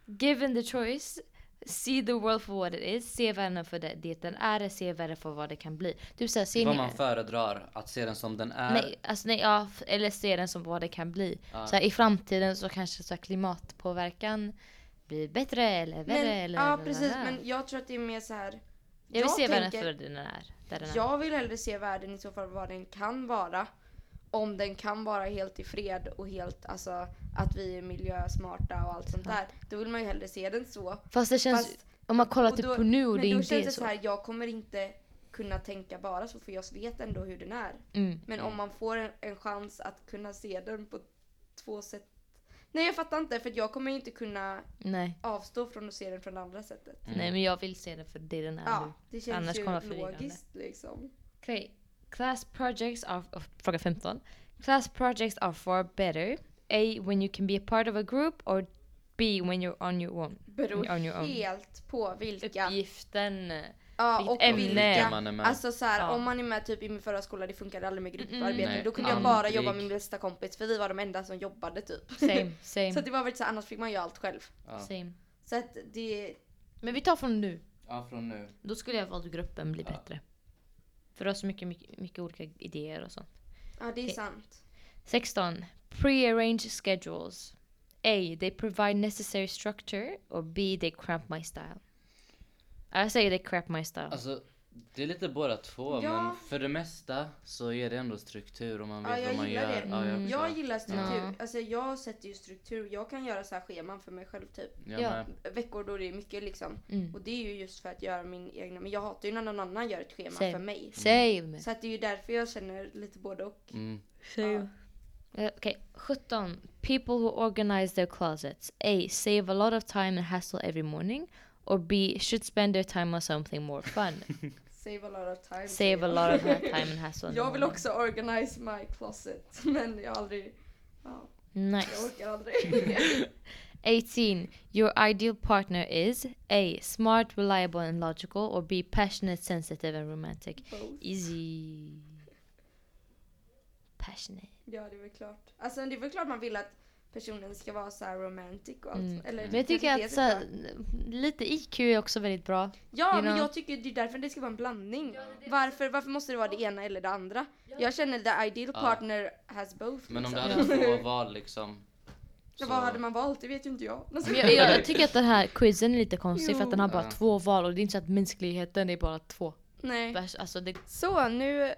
[SPEAKER 2] Given the choice, see the world for what it is, se världen för det, det den är, se världen för vad det kan bli. Typ såhär, se
[SPEAKER 3] vad
[SPEAKER 2] ni-
[SPEAKER 3] man föredrar. Att se den som den är.
[SPEAKER 2] Nej, alltså nej, ja, f- eller se den som vad det kan bli.
[SPEAKER 3] Ja.
[SPEAKER 2] Så här, i framtiden så kanske så här, klimatpåverkan blir bättre eller värre
[SPEAKER 4] Men,
[SPEAKER 2] eller
[SPEAKER 4] ja
[SPEAKER 2] blablabla.
[SPEAKER 4] precis, men jag tror att det är mer så här.
[SPEAKER 2] Jag vill se världen för den är, där den är.
[SPEAKER 4] Jag vill hellre se världen i så fall vad den kan vara. om den kan vara helt i fred och helt alltså att vi är miljösmarta och allt sånt där. Då vill man ju hellre se den så.
[SPEAKER 2] Fast det känns,
[SPEAKER 4] Fast-
[SPEAKER 2] om man kollar
[SPEAKER 4] och
[SPEAKER 2] typ
[SPEAKER 4] då-
[SPEAKER 2] på nu och
[SPEAKER 4] men
[SPEAKER 2] det
[SPEAKER 4] då
[SPEAKER 2] inte
[SPEAKER 4] känns
[SPEAKER 2] är
[SPEAKER 4] det
[SPEAKER 2] så.
[SPEAKER 4] så här, jag kommer inte kunna tänka bara så för jag vet ändå hur den är.
[SPEAKER 2] Mm.
[SPEAKER 4] Men om man får en, en chans att kunna se den på två sätt. Nej jag fattar inte för att jag kommer inte kunna
[SPEAKER 2] Nej.
[SPEAKER 4] avstå från att se den från det andra sättet.
[SPEAKER 3] Mm.
[SPEAKER 2] Nej men jag vill se den för det den är nu.
[SPEAKER 4] Ja, det känns
[SPEAKER 2] Annars kommer jag
[SPEAKER 4] ju
[SPEAKER 2] förvirrande.
[SPEAKER 4] logiskt liksom.
[SPEAKER 2] Okay. Class projects are oh, fråga 15. Class projects are far better. A when you can be a part of a group or B when you're on your own.
[SPEAKER 4] Beror
[SPEAKER 2] On your own.
[SPEAKER 4] helt på vilka.
[SPEAKER 2] Uppgiften. eh,
[SPEAKER 4] Ja,
[SPEAKER 2] vilket
[SPEAKER 4] och
[SPEAKER 2] ämne.
[SPEAKER 4] vilka.
[SPEAKER 3] Man är med.
[SPEAKER 4] Alltså så här,
[SPEAKER 2] Ja.
[SPEAKER 4] om man är med typ i min förra skola, det funkade aldrig med grupparbete.
[SPEAKER 3] Nej,
[SPEAKER 4] då kunde jag
[SPEAKER 3] aldrig.
[SPEAKER 4] bara jobba med min bästa kompis för vi var de enda som jobbade typ.
[SPEAKER 2] Same, same,
[SPEAKER 4] så det var väl så här, annars fick man ju allt själv.
[SPEAKER 3] Ja.
[SPEAKER 2] same.
[SPEAKER 4] Så att det,
[SPEAKER 2] Men vi tar från nu.
[SPEAKER 3] ja, från nu.
[SPEAKER 2] Då skulle jag valt gruppen bli
[SPEAKER 3] Ja.
[SPEAKER 2] bättre. För du har så mycket, mycket, mycket olika idéer och sånt.
[SPEAKER 4] ja det är
[SPEAKER 2] Okej.
[SPEAKER 4] sant.
[SPEAKER 2] 16. Pre-arranged schedules. A. They provide necessary structure. Or B. They cramp my style. Jag säger they cramp my style.
[SPEAKER 3] Alltså, det är lite båda två,
[SPEAKER 4] Ja.
[SPEAKER 3] men för det mesta så är det ändå struktur och man
[SPEAKER 4] Ja,
[SPEAKER 3] vet
[SPEAKER 4] jag
[SPEAKER 3] vad man
[SPEAKER 4] gillar
[SPEAKER 3] gör.
[SPEAKER 4] det.
[SPEAKER 3] Ja, jag
[SPEAKER 2] Mm.
[SPEAKER 3] förstår.
[SPEAKER 4] Jag gillar struktur.
[SPEAKER 2] Ja.
[SPEAKER 4] Alltså jag sätter ju struktur. Jag kan göra så här scheman för mig själv typ.
[SPEAKER 3] Jag
[SPEAKER 2] Ja.
[SPEAKER 3] med.
[SPEAKER 4] Veckor då det är mycket liksom.
[SPEAKER 2] Mm.
[SPEAKER 4] Och det är ju just för att göra min egna. Men jag hatar ju när någon annan gör ett schema
[SPEAKER 2] Same.
[SPEAKER 4] för mig.
[SPEAKER 2] Same.
[SPEAKER 4] Så att det är ju därför jag känner lite både och.
[SPEAKER 3] Mm.
[SPEAKER 4] Ja.
[SPEAKER 2] Uh, okay, 17. People who organize their closets. A. Save a lot of time and hassle every morning. Or B. Should spend their time on something more fun.
[SPEAKER 4] Save a lot of time.
[SPEAKER 2] Save a lot of ha- time and hassle. in the
[SPEAKER 4] Jag vill
[SPEAKER 2] morning.
[SPEAKER 4] också organize my closet. Men jag har aldrig... Ja, jag
[SPEAKER 2] Nice.
[SPEAKER 4] orkar aldrig.
[SPEAKER 2] 18. Your ideal partner is A. Smart, reliable, and logical. Or B. Passionate, sensitive, and romantic.
[SPEAKER 4] Both.
[SPEAKER 2] Easy. Passionate.
[SPEAKER 4] ja det är väl klart. Alltså det är väl klart man vill att personen ska vara så här romantic och allt.
[SPEAKER 2] Mm.
[SPEAKER 4] Eller,
[SPEAKER 2] Men jag tycker
[SPEAKER 4] kanske
[SPEAKER 2] att så,
[SPEAKER 4] det är så
[SPEAKER 2] här, lite IQ är också väldigt bra.
[SPEAKER 4] Ja,
[SPEAKER 2] You
[SPEAKER 4] men
[SPEAKER 2] know?
[SPEAKER 4] jag tycker det är därför det ska vara en blandning. varför, varför måste det vara det ena eller det andra? Jag känner the ideal
[SPEAKER 3] Ja.
[SPEAKER 4] partner has both.
[SPEAKER 3] Men om du
[SPEAKER 4] liksom.
[SPEAKER 3] hade två val liksom.
[SPEAKER 4] Ja, Vad hade man valt? Det vet ju inte jag.
[SPEAKER 2] Men jag, jag, jag tycker att den här quizen är lite konstig för att den har bara
[SPEAKER 3] Jo.
[SPEAKER 2] två val och det är inte så att mänskligheten är bara två.
[SPEAKER 4] Nej.
[SPEAKER 2] Bärs, alltså det...
[SPEAKER 4] Så nu...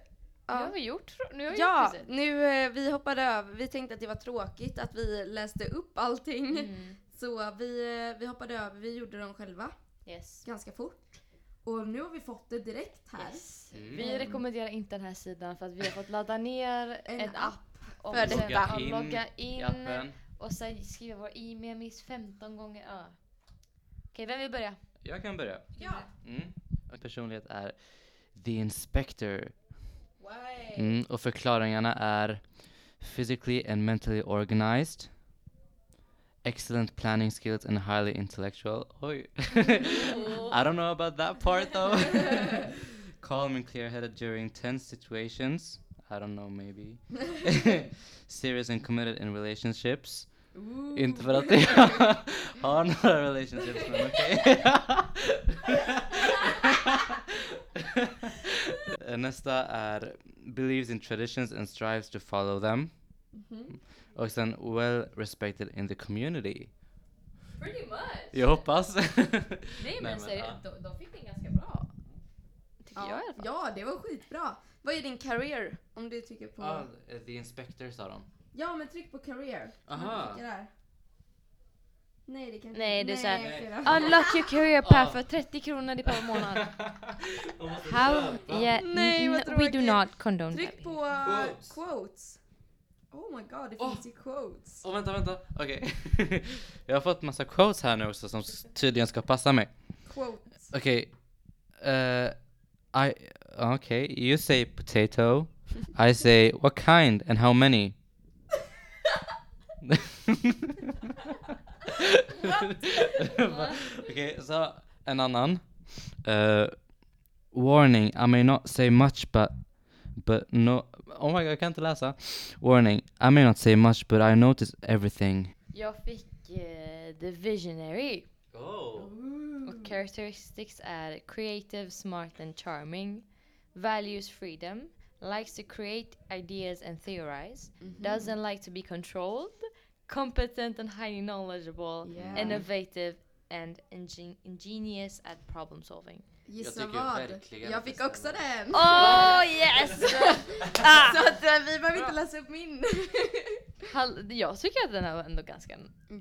[SPEAKER 4] Ja,
[SPEAKER 2] vi gjort, nu har
[SPEAKER 4] ja nu eh, vi hoppade över. Vi tänkte att det var tråkigt att vi läste upp allting.
[SPEAKER 2] Mm.
[SPEAKER 4] Så vi, eh, vi hoppade över. Vi gjorde dem själva
[SPEAKER 2] Yes.
[SPEAKER 4] ganska fort. Och nu har vi fått det direkt här.
[SPEAKER 2] yes.
[SPEAKER 3] Mm.
[SPEAKER 2] Vi rekommenderar inte den här sidan för att vi har fått ladda ner
[SPEAKER 4] En
[SPEAKER 2] en, app. och
[SPEAKER 4] för
[SPEAKER 2] sen
[SPEAKER 4] detta.
[SPEAKER 2] kan
[SPEAKER 3] Logga in
[SPEAKER 2] Logga
[SPEAKER 3] I
[SPEAKER 2] in
[SPEAKER 3] appen.
[SPEAKER 2] och sen skriva vår e-mail minst 15 gånger. Ja. Okej, vem vill börja?
[SPEAKER 3] Jag kan börja.
[SPEAKER 4] Ja.
[SPEAKER 3] Mm. Och Personlighet är The Inspector.
[SPEAKER 4] Wow.
[SPEAKER 3] Mm. Och förklaringarna är Physically and mentally organized. Excellent planning skills and highly intellectual. Oj. I don't know about that part though. Calm and clear-headed during tense situations. I don't know, maybe. Serious and committed in relationships. Inte för
[SPEAKER 2] Mm.
[SPEAKER 3] att jag har några relationships men okej. Nästa är believes in traditions and strives to follow them.
[SPEAKER 2] Mm-hmm.
[SPEAKER 3] Och sen well respected in the community.
[SPEAKER 2] Pretty much.
[SPEAKER 3] Jag hoppas.
[SPEAKER 2] Nej
[SPEAKER 3] men
[SPEAKER 2] men
[SPEAKER 3] men, seriöst, ja.
[SPEAKER 2] seriöst, de, fick den ganska bra. Tycker jag i alla
[SPEAKER 4] Ja,
[SPEAKER 2] fall.
[SPEAKER 4] ja, det var skitbra. Vad är din career? Om du trycker på...
[SPEAKER 3] Ah, the inspector sa de.
[SPEAKER 4] Ja, men tryck på career.
[SPEAKER 3] Aha.
[SPEAKER 4] Trycka där. Nej, det kan
[SPEAKER 2] Nej, det är så här- Ah.
[SPEAKER 4] fel.
[SPEAKER 2] Unlock your career path för 30 kronor i per månad.
[SPEAKER 3] De måste
[SPEAKER 2] How?
[SPEAKER 3] köpa.
[SPEAKER 2] Yeah,
[SPEAKER 4] Nej,
[SPEAKER 2] n-
[SPEAKER 4] vad
[SPEAKER 2] n- we do
[SPEAKER 4] tråkigt.
[SPEAKER 2] not condone
[SPEAKER 4] Tryck på
[SPEAKER 2] that.
[SPEAKER 4] quotes.
[SPEAKER 3] Quotes.
[SPEAKER 4] Oh my god, det
[SPEAKER 3] Åh.
[SPEAKER 4] finns ju quotes.
[SPEAKER 3] Åh vänta, vänta. Okej. jag har fått massa quotes här nu också som s- tydligen ska passa mig.
[SPEAKER 4] Quotes.
[SPEAKER 3] Okay. Uh, I okay. You say potato. I say what kind and how many. okay, so en annan. Uh, warning. I may not say much, but but no. Oh my god, jag kan inte läsa. Warning. I may not say much, but I notice everything.
[SPEAKER 2] Jag fick eh, The Visionary
[SPEAKER 3] Oh.
[SPEAKER 4] Mm.
[SPEAKER 2] och characteristics är creative, smart and charming. Values freedom. Likes to create ideas and theorize.
[SPEAKER 4] Mm-hmm.
[SPEAKER 2] Doesn't like to be controlled. Competent and highly knowledgeable.
[SPEAKER 4] Yeah.
[SPEAKER 2] Innovative and ingen- ingenious at problem solving.
[SPEAKER 5] Gissa
[SPEAKER 3] tycker
[SPEAKER 5] vad?
[SPEAKER 3] verkligen
[SPEAKER 5] Jag
[SPEAKER 3] att
[SPEAKER 5] fick
[SPEAKER 3] det
[SPEAKER 5] också den!
[SPEAKER 4] Oh,
[SPEAKER 2] Åh yes! Ah,
[SPEAKER 5] Så att eh, vi behöver inte läsa upp min.
[SPEAKER 2] hall- jag tycker att den här var ändå ganska... Ja,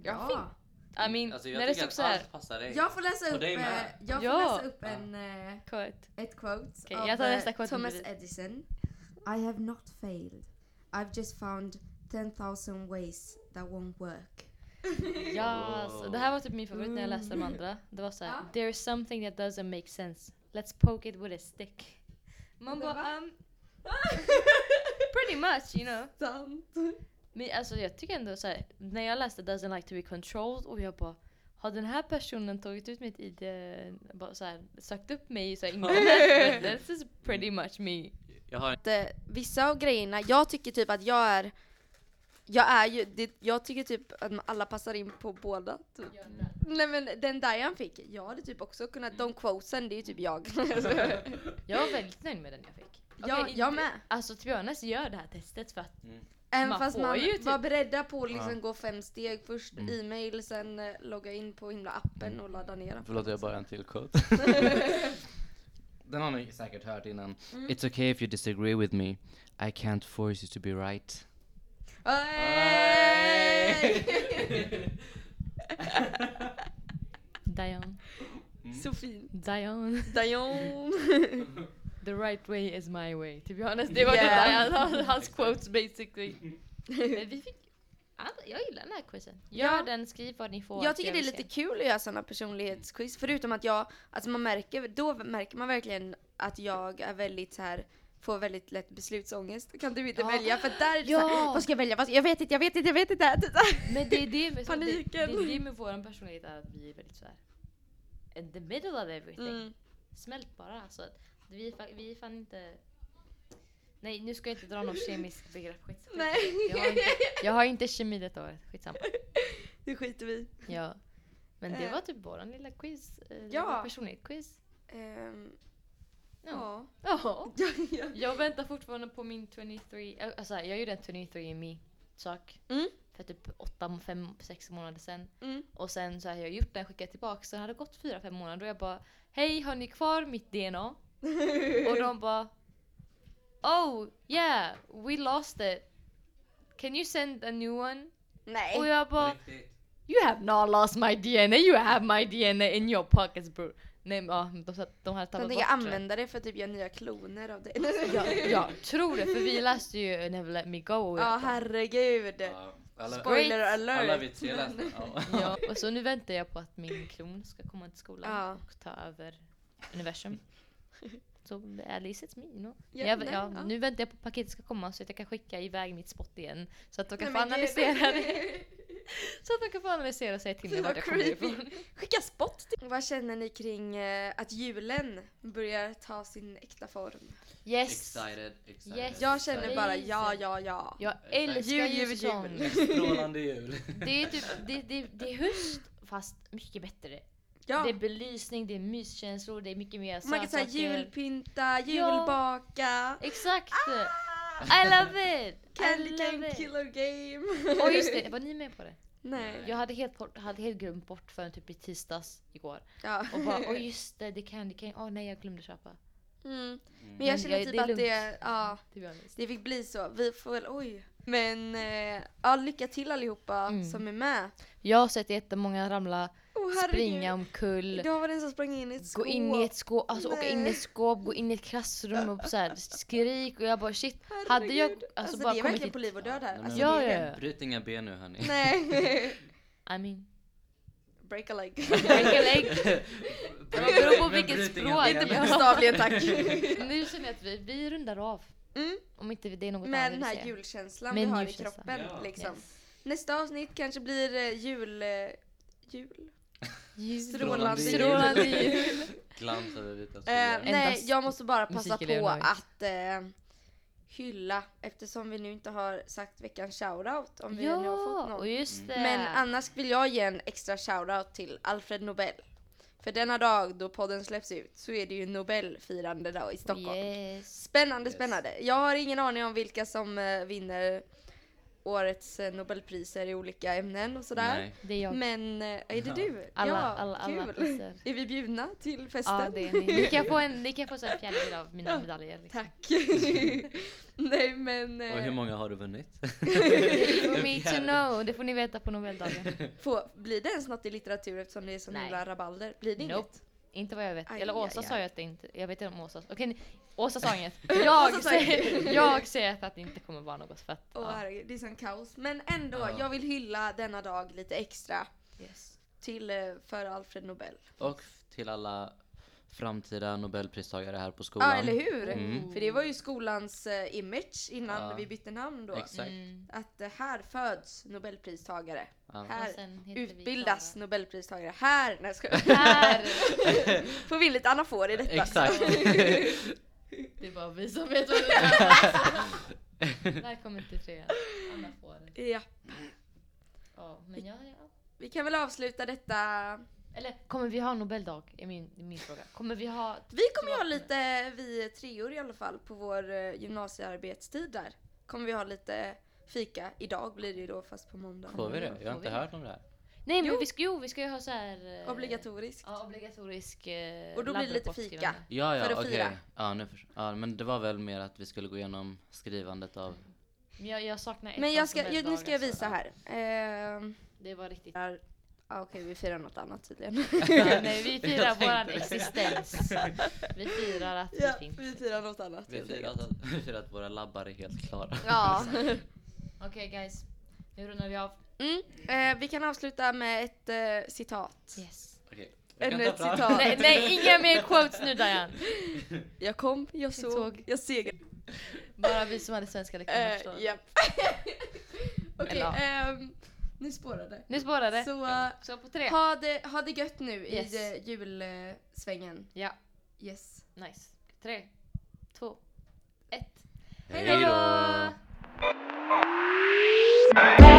[SPEAKER 5] Ja.
[SPEAKER 2] I mean,
[SPEAKER 3] Alltså, jag
[SPEAKER 2] när det
[SPEAKER 3] tycker
[SPEAKER 2] stod
[SPEAKER 3] att
[SPEAKER 2] såhär...
[SPEAKER 3] allt passar dig.
[SPEAKER 5] Jag får läsa
[SPEAKER 3] Och
[SPEAKER 5] upp,
[SPEAKER 3] dig
[SPEAKER 5] eh,
[SPEAKER 3] med.
[SPEAKER 5] jag får
[SPEAKER 2] Ja.
[SPEAKER 5] läsa upp
[SPEAKER 3] Ja.
[SPEAKER 5] en, eh,
[SPEAKER 2] Correct.
[SPEAKER 5] ett quote
[SPEAKER 2] Okej,
[SPEAKER 5] av
[SPEAKER 2] jag tar
[SPEAKER 5] eh,
[SPEAKER 2] nästa quote
[SPEAKER 5] Thomas
[SPEAKER 2] bredvid.
[SPEAKER 5] Edison. I have not failed. I've just found 10,000 ways that won't work.
[SPEAKER 2] Ja, så det här var typ min favorit när jag läste de andra. Det var såhär, there is something that doesn't make sense. Let's poke it with a stick. Man bara, um, pretty much, you know.
[SPEAKER 5] Sant.
[SPEAKER 2] Men alltså jag tycker ändå såhär, när jag läste doesn't like to be controlled och jag bara har den här personen tagit ut mitt ID, bara så här, sökt upp mig i så här, internet? But This is pretty much me.
[SPEAKER 3] Jag har en
[SPEAKER 4] att eh, vissa av grejerna, jag tycker typ att jag är jag är ju, det, jag tycker typ att alla passar in på båda. Typ. Nej men den Diane fick, jag hade typ också kunnat,
[SPEAKER 2] Mm.
[SPEAKER 4] de quotesen det är ju typ jag.
[SPEAKER 2] Jag var väldigt nöjd med den jag fick.
[SPEAKER 4] jag,
[SPEAKER 2] Alltså, Okej,
[SPEAKER 4] jag med.
[SPEAKER 2] Alltså till Jonas gör det här testet för att
[SPEAKER 4] Även
[SPEAKER 2] man
[SPEAKER 4] fast
[SPEAKER 2] får
[SPEAKER 4] man
[SPEAKER 2] ju typ-
[SPEAKER 4] var beredda på att liksom
[SPEAKER 3] Ja.
[SPEAKER 4] gå fem steg först, e-mail, sen eh, logga in på himla appen och ladda ner den.
[SPEAKER 3] Förlåt, jag bara en till quote. Den har ni säkert hört innan. It's okay if you disagree with me. I can't force you to be right.
[SPEAKER 2] Dion,
[SPEAKER 4] Så fint.
[SPEAKER 2] Dion,
[SPEAKER 4] Dion.
[SPEAKER 2] the right way is my way. Till Jonas, det var
[SPEAKER 4] Yeah.
[SPEAKER 2] det Dion, hans quotes basically. Men vi fick, alltså, jag gillar den här quizen. Gör
[SPEAKER 4] Ja.
[SPEAKER 2] den, skriv vad ni får.
[SPEAKER 4] Jag tycker det är
[SPEAKER 2] vill
[SPEAKER 4] lite
[SPEAKER 2] se.
[SPEAKER 4] kul att göra sådana personlighetsquiz. Förutom att jag, alltså man märker, då märker man verkligen att jag är väldigt så här får väldigt lätt beslutsångest. Kan du inte
[SPEAKER 2] Ja.
[SPEAKER 4] välja? För där är det
[SPEAKER 2] Ja.
[SPEAKER 4] så här, vad ska jag välja? Vad ska, jag vet inte, jag vet inte, jag vet inte. Typ så här.
[SPEAKER 2] Men det är det med,
[SPEAKER 4] Paniken.
[SPEAKER 2] Det, det, är det med vår personlighet är att vi är väldigt såhär in the middle of everything.
[SPEAKER 4] Mm.
[SPEAKER 2] Smält bara. Alltså, att vi, är fa- vi är fan inte... Nej nu ska jag inte dra någon kemisk begrepp. Skitsamma.
[SPEAKER 4] Nej,
[SPEAKER 2] Jag, har inte, jag har inte kemi detta året. Skitsamma.
[SPEAKER 4] det skiter vi i.
[SPEAKER 2] Ja. Men det
[SPEAKER 4] Eh.
[SPEAKER 2] var typ våran lilla quiz. Eh,
[SPEAKER 4] Ja.
[SPEAKER 2] ja. Personlighetsquiz.
[SPEAKER 4] Ehm,
[SPEAKER 2] Ja.
[SPEAKER 4] ja.
[SPEAKER 2] ja.
[SPEAKER 4] Ja, ja.
[SPEAKER 2] Jag väntar fortfarande på min 23... eh, Alltså jag gjorde en 23 me sak.
[SPEAKER 4] Mm.
[SPEAKER 2] För typ 8, 5, 6 månader sedan.
[SPEAKER 4] Mm.
[SPEAKER 2] Och sen så hade jag gjort den, skickat tillbaka. Sen hade det gått 4-5 månader och jag bara Hej, har ni kvar mitt DNA? och de bara Oh yeah, we lost it. Can you send a new one?
[SPEAKER 4] Nej.
[SPEAKER 2] Och jag bara You have not lost my DNA, you have my DNA in your pockets bro. Nej men ja, de, sa- de hade
[SPEAKER 4] de
[SPEAKER 2] tappat bort
[SPEAKER 4] tänker
[SPEAKER 2] tror jag.
[SPEAKER 4] använda det för att typ göra nya kloner av det.
[SPEAKER 2] Ja, jag tror det för vi läste ju Never Let Me Go. Och
[SPEAKER 4] Ja, herregud.
[SPEAKER 3] Ja, alla,
[SPEAKER 4] Spoiler
[SPEAKER 2] Great.
[SPEAKER 3] alla
[SPEAKER 4] alert.
[SPEAKER 3] vi tre läste. Ja.
[SPEAKER 2] Ja, och så nu väntar jag på att min klon ska komma till skolan
[SPEAKER 4] Ja.
[SPEAKER 2] och ta över universum. Så at least it's me, you know.
[SPEAKER 4] Ja,
[SPEAKER 2] jag,
[SPEAKER 4] nej,
[SPEAKER 2] ja,
[SPEAKER 4] ja.
[SPEAKER 2] Nu väntar jag på att paketet ska komma så att jag kan skicka iväg mitt spott igen. Så att de kan
[SPEAKER 4] Nej,
[SPEAKER 2] få
[SPEAKER 4] men gud.
[SPEAKER 2] analysera det. Så att de kan få analysera och säga till mig
[SPEAKER 4] Fy,
[SPEAKER 2] vart
[SPEAKER 4] vad
[SPEAKER 2] jag kommer
[SPEAKER 4] creepy.
[SPEAKER 2] ifrån.
[SPEAKER 4] Skicka spott till. Vad känner ni kring eh, att julen börjar ta sin äkta form?
[SPEAKER 2] Yes!
[SPEAKER 3] Excited, excited.
[SPEAKER 2] Yes.
[SPEAKER 4] Jag känner
[SPEAKER 2] Exakt.
[SPEAKER 4] bara ja, ja, ja.
[SPEAKER 2] Jag
[SPEAKER 3] Exakt.
[SPEAKER 2] älskar
[SPEAKER 4] Jul, jul,
[SPEAKER 2] julsäsong.
[SPEAKER 4] jul.
[SPEAKER 3] Strålande jul.
[SPEAKER 2] Det är typ, det, det, det är höst fast mycket bättre. Det är
[SPEAKER 4] ja.
[SPEAKER 2] belysning, det är myskänslor, det är mycket mer
[SPEAKER 4] Man kan säga
[SPEAKER 2] sötsaker.
[SPEAKER 4] julpynta, julbaka,
[SPEAKER 2] Exakt! I love it! I
[SPEAKER 4] Ah! Candy
[SPEAKER 2] love
[SPEAKER 4] Cane
[SPEAKER 2] it!
[SPEAKER 4] Killer Game.
[SPEAKER 2] Och just det, var ni med på det?
[SPEAKER 4] Nej.
[SPEAKER 2] Jag hade helt, bort- hade helt glömt bort förrän typ i tisdags igår.
[SPEAKER 4] Ja.
[SPEAKER 2] Och bara, åh just det, det är Candy Cane. Åh nej, jag glömde köpa.
[SPEAKER 4] Mm. Men
[SPEAKER 3] Mm.
[SPEAKER 4] jag
[SPEAKER 2] Men
[SPEAKER 4] känner
[SPEAKER 2] jag-
[SPEAKER 4] typ
[SPEAKER 2] det är
[SPEAKER 4] att det,
[SPEAKER 2] lugnt.
[SPEAKER 4] ja,
[SPEAKER 2] To be honest.
[SPEAKER 4] det fick bli så. Vi får väl, oj. Men eh, ja, lycka till allihopa
[SPEAKER 2] Mm.
[SPEAKER 4] som är med.
[SPEAKER 2] Jag har sett jättemånga ramla,
[SPEAKER 4] Oh, herregud.
[SPEAKER 2] springa omkull,
[SPEAKER 4] Idag var det en som sprang in i ett
[SPEAKER 2] gå in i ett skåp, alltså åka in i
[SPEAKER 4] Nej.
[SPEAKER 2] ett skåp, gå in i ett klassrum och så här, skrik och jag bara shit. Hade jag
[SPEAKER 4] Herregud.
[SPEAKER 2] alltså,
[SPEAKER 4] Alltså,
[SPEAKER 2] bara
[SPEAKER 4] det är
[SPEAKER 2] kommit
[SPEAKER 4] verkligen
[SPEAKER 2] hit.
[SPEAKER 4] på liv och död här.
[SPEAKER 3] Ja,
[SPEAKER 4] Alltså,
[SPEAKER 2] ja,
[SPEAKER 4] det
[SPEAKER 2] ja,
[SPEAKER 4] är
[SPEAKER 2] ja.
[SPEAKER 3] Bryt inga ben nu hörni.
[SPEAKER 4] Nej.
[SPEAKER 2] I mean,
[SPEAKER 4] Break a leg.
[SPEAKER 2] break a leg. Det beror på
[SPEAKER 3] Men
[SPEAKER 2] vilket
[SPEAKER 3] bryt inga
[SPEAKER 2] språk.
[SPEAKER 3] ben.
[SPEAKER 2] Inte på-
[SPEAKER 4] Bokstavligen tack.
[SPEAKER 2] Nu känner jag att vi, vi rundar av.
[SPEAKER 4] Mm.
[SPEAKER 2] Om inte det är något
[SPEAKER 4] Med
[SPEAKER 2] annat
[SPEAKER 4] den
[SPEAKER 2] vi
[SPEAKER 4] här
[SPEAKER 2] säger.
[SPEAKER 4] julkänslan
[SPEAKER 2] Med
[SPEAKER 4] vi har
[SPEAKER 2] julkänslan.
[SPEAKER 4] i kroppen.
[SPEAKER 3] Ja.
[SPEAKER 4] Liksom.
[SPEAKER 2] Yes.
[SPEAKER 4] Nästa avsnitt kanske blir eh, jul... Eh, jul?
[SPEAKER 2] Jul.
[SPEAKER 4] Strålande
[SPEAKER 3] jul.
[SPEAKER 2] Strålande jul.
[SPEAKER 3] Glans över vita
[SPEAKER 4] Eh,
[SPEAKER 3] skogar.
[SPEAKER 4] nej,
[SPEAKER 2] Endast
[SPEAKER 4] jag måste bara passa
[SPEAKER 2] musik i
[SPEAKER 4] på
[SPEAKER 2] Leonardo.
[SPEAKER 4] att eh, hylla eftersom vi nu inte har sagt veckans shoutout om vi nu har fått
[SPEAKER 2] Ja,
[SPEAKER 4] någon.
[SPEAKER 2] och just det.
[SPEAKER 4] Men annars vill jag ge en extra shoutout till Alfred Nobel. För denna dag då podden släpps ut så är det ju Nobelfirande dag i Stockholm.
[SPEAKER 2] Yes.
[SPEAKER 4] Spännande,
[SPEAKER 3] Yes.
[SPEAKER 4] spännande. Jag har ingen aning om vilka som eh, vinner årets eh, nobelpriser i olika ämnen och sådär.
[SPEAKER 3] Nej.
[SPEAKER 2] Det är jag.
[SPEAKER 4] Men eh, är det du?
[SPEAKER 2] Alla,
[SPEAKER 4] ja,
[SPEAKER 2] alla, alla
[SPEAKER 4] kul.
[SPEAKER 2] priser.
[SPEAKER 4] Är vi bjudna till festen?
[SPEAKER 2] Ja, det är ni. Ni kan få en, ni kan få så en fjärdedel av mina
[SPEAKER 4] Ja,
[SPEAKER 2] medaljer. Liksom.
[SPEAKER 4] Tack. Nej men
[SPEAKER 3] Och hur
[SPEAKER 4] eh,
[SPEAKER 3] många har du vunnit?
[SPEAKER 2] For me to know, det får ni veta på Nobeldagen.
[SPEAKER 4] eh, få, blir det ens något i litteratur eftersom det är sån
[SPEAKER 2] Nej.
[SPEAKER 4] himla rabalder? Blir det
[SPEAKER 2] Nope.
[SPEAKER 4] inget?
[SPEAKER 2] Inte vad jag vet.
[SPEAKER 4] Aj,
[SPEAKER 2] Eller
[SPEAKER 4] aj,
[SPEAKER 2] Åsa sa
[SPEAKER 4] aj.
[SPEAKER 2] ju att det inte, jag vet inte om Åsa sa. Okej, ni- Åsa sa inget. Jag,
[SPEAKER 4] sa inget.
[SPEAKER 2] säger, jag säger att det inte kommer vara något för att,
[SPEAKER 4] Åh
[SPEAKER 2] ja.
[SPEAKER 4] herregud, det är sån kaos. Men ändå,
[SPEAKER 3] Ja.
[SPEAKER 4] jag vill hylla denna dag lite extra
[SPEAKER 2] yes.
[SPEAKER 4] till eh, för Alfred Nobel.
[SPEAKER 3] Och till alla framtida nobelpristagare här på skolan.
[SPEAKER 4] Ja, eller hur?
[SPEAKER 3] Mm.
[SPEAKER 4] För det var ju skolans eh, image innan
[SPEAKER 3] Ja.
[SPEAKER 4] vi bytte namn då.
[SPEAKER 3] Exakt.
[SPEAKER 2] Mm.
[SPEAKER 4] Att eh, här föds nobelpristagare.
[SPEAKER 3] Ja.
[SPEAKER 2] Och
[SPEAKER 4] Här
[SPEAKER 2] sen heter vi
[SPEAKER 4] utbildas
[SPEAKER 2] Klara.
[SPEAKER 4] nobelpristagare. Här! Nej, jag skojar.
[SPEAKER 2] Här!
[SPEAKER 4] Får villigt Anna får i detta.
[SPEAKER 3] Exakt.
[SPEAKER 2] Det är bara vi som vet vad det är. Välkommen till fredag. Anna får det.
[SPEAKER 4] Ja,
[SPEAKER 2] Ja, men ja, ja.
[SPEAKER 4] vi kan väl avsluta detta.
[SPEAKER 2] Eller kommer vi ha Nobeldag? Är min, min fråga. Kommer vi ha...
[SPEAKER 4] Vi kommer ju ha lite, vi treor i alla fall, på vår eh, gymnasiearbetstid där. Kommer vi ha lite fika. Idag blir det ju då fast på måndag.
[SPEAKER 3] Får vi det?
[SPEAKER 2] Får
[SPEAKER 3] Jag har
[SPEAKER 2] vi
[SPEAKER 3] inte
[SPEAKER 2] det?
[SPEAKER 3] hört om det här.
[SPEAKER 2] Nej men
[SPEAKER 4] Jo.
[SPEAKER 2] jo. Vi, ska, jo, vi ska ju ha så här... eh,
[SPEAKER 4] Obligatoriskt.
[SPEAKER 2] Ja, obligatorisk eh,
[SPEAKER 4] Och då blir det lite fika.
[SPEAKER 2] labbrapportskrivande.
[SPEAKER 3] Ja,
[SPEAKER 4] För
[SPEAKER 3] ja,
[SPEAKER 4] att
[SPEAKER 3] okej.
[SPEAKER 4] fira.
[SPEAKER 3] Ja, nu förstår ja, men det var väl mer att vi skulle gå igenom skrivandet av...
[SPEAKER 2] Men jag, jag saknar ett
[SPEAKER 4] Men jag
[SPEAKER 2] av
[SPEAKER 4] ska, jag, nu
[SPEAKER 2] Nobeldagen,
[SPEAKER 4] ska jag
[SPEAKER 2] så-
[SPEAKER 4] visa här. Ehm,
[SPEAKER 2] Det var riktigt...
[SPEAKER 4] där. Ja, Okej, vi firar något annat tydligen.
[SPEAKER 2] Ja, nej, vi firar
[SPEAKER 3] Jag
[SPEAKER 2] våran
[SPEAKER 3] tänkte det.
[SPEAKER 2] existens. Vi firar att vi finns.
[SPEAKER 4] firar något annat.
[SPEAKER 3] Vi har firat att- vi har firat att våra labbar är helt klara.
[SPEAKER 4] Ja.
[SPEAKER 2] Okej guys, nu rundar vi av.
[SPEAKER 4] Mm. Eh, vi kan avsluta med ett eh, citat.
[SPEAKER 2] Yes.
[SPEAKER 3] Okej. Jag kan ta
[SPEAKER 4] Ännu ett
[SPEAKER 3] fram-
[SPEAKER 4] citat.
[SPEAKER 2] Nej, nej, inga mer quotes nu Diane.
[SPEAKER 4] Jag kom, jag
[SPEAKER 2] såg,
[SPEAKER 4] såg, jag segrade.
[SPEAKER 2] Bara vi som hade svenska lektioner
[SPEAKER 4] Eh,
[SPEAKER 2] förstår.
[SPEAKER 4] japp. Okej,
[SPEAKER 2] Eller,
[SPEAKER 4] ehm, nu spårade.
[SPEAKER 2] Nu spårar det.
[SPEAKER 4] Så eh,
[SPEAKER 2] Så på tre.
[SPEAKER 4] ha, det, ha det gött nu
[SPEAKER 2] Yes.
[SPEAKER 4] i eh, julsvängen.
[SPEAKER 2] Ja,
[SPEAKER 4] Yes.
[SPEAKER 2] nice. Tre, två, ett.
[SPEAKER 3] Hej då!
[SPEAKER 2] Hejdå!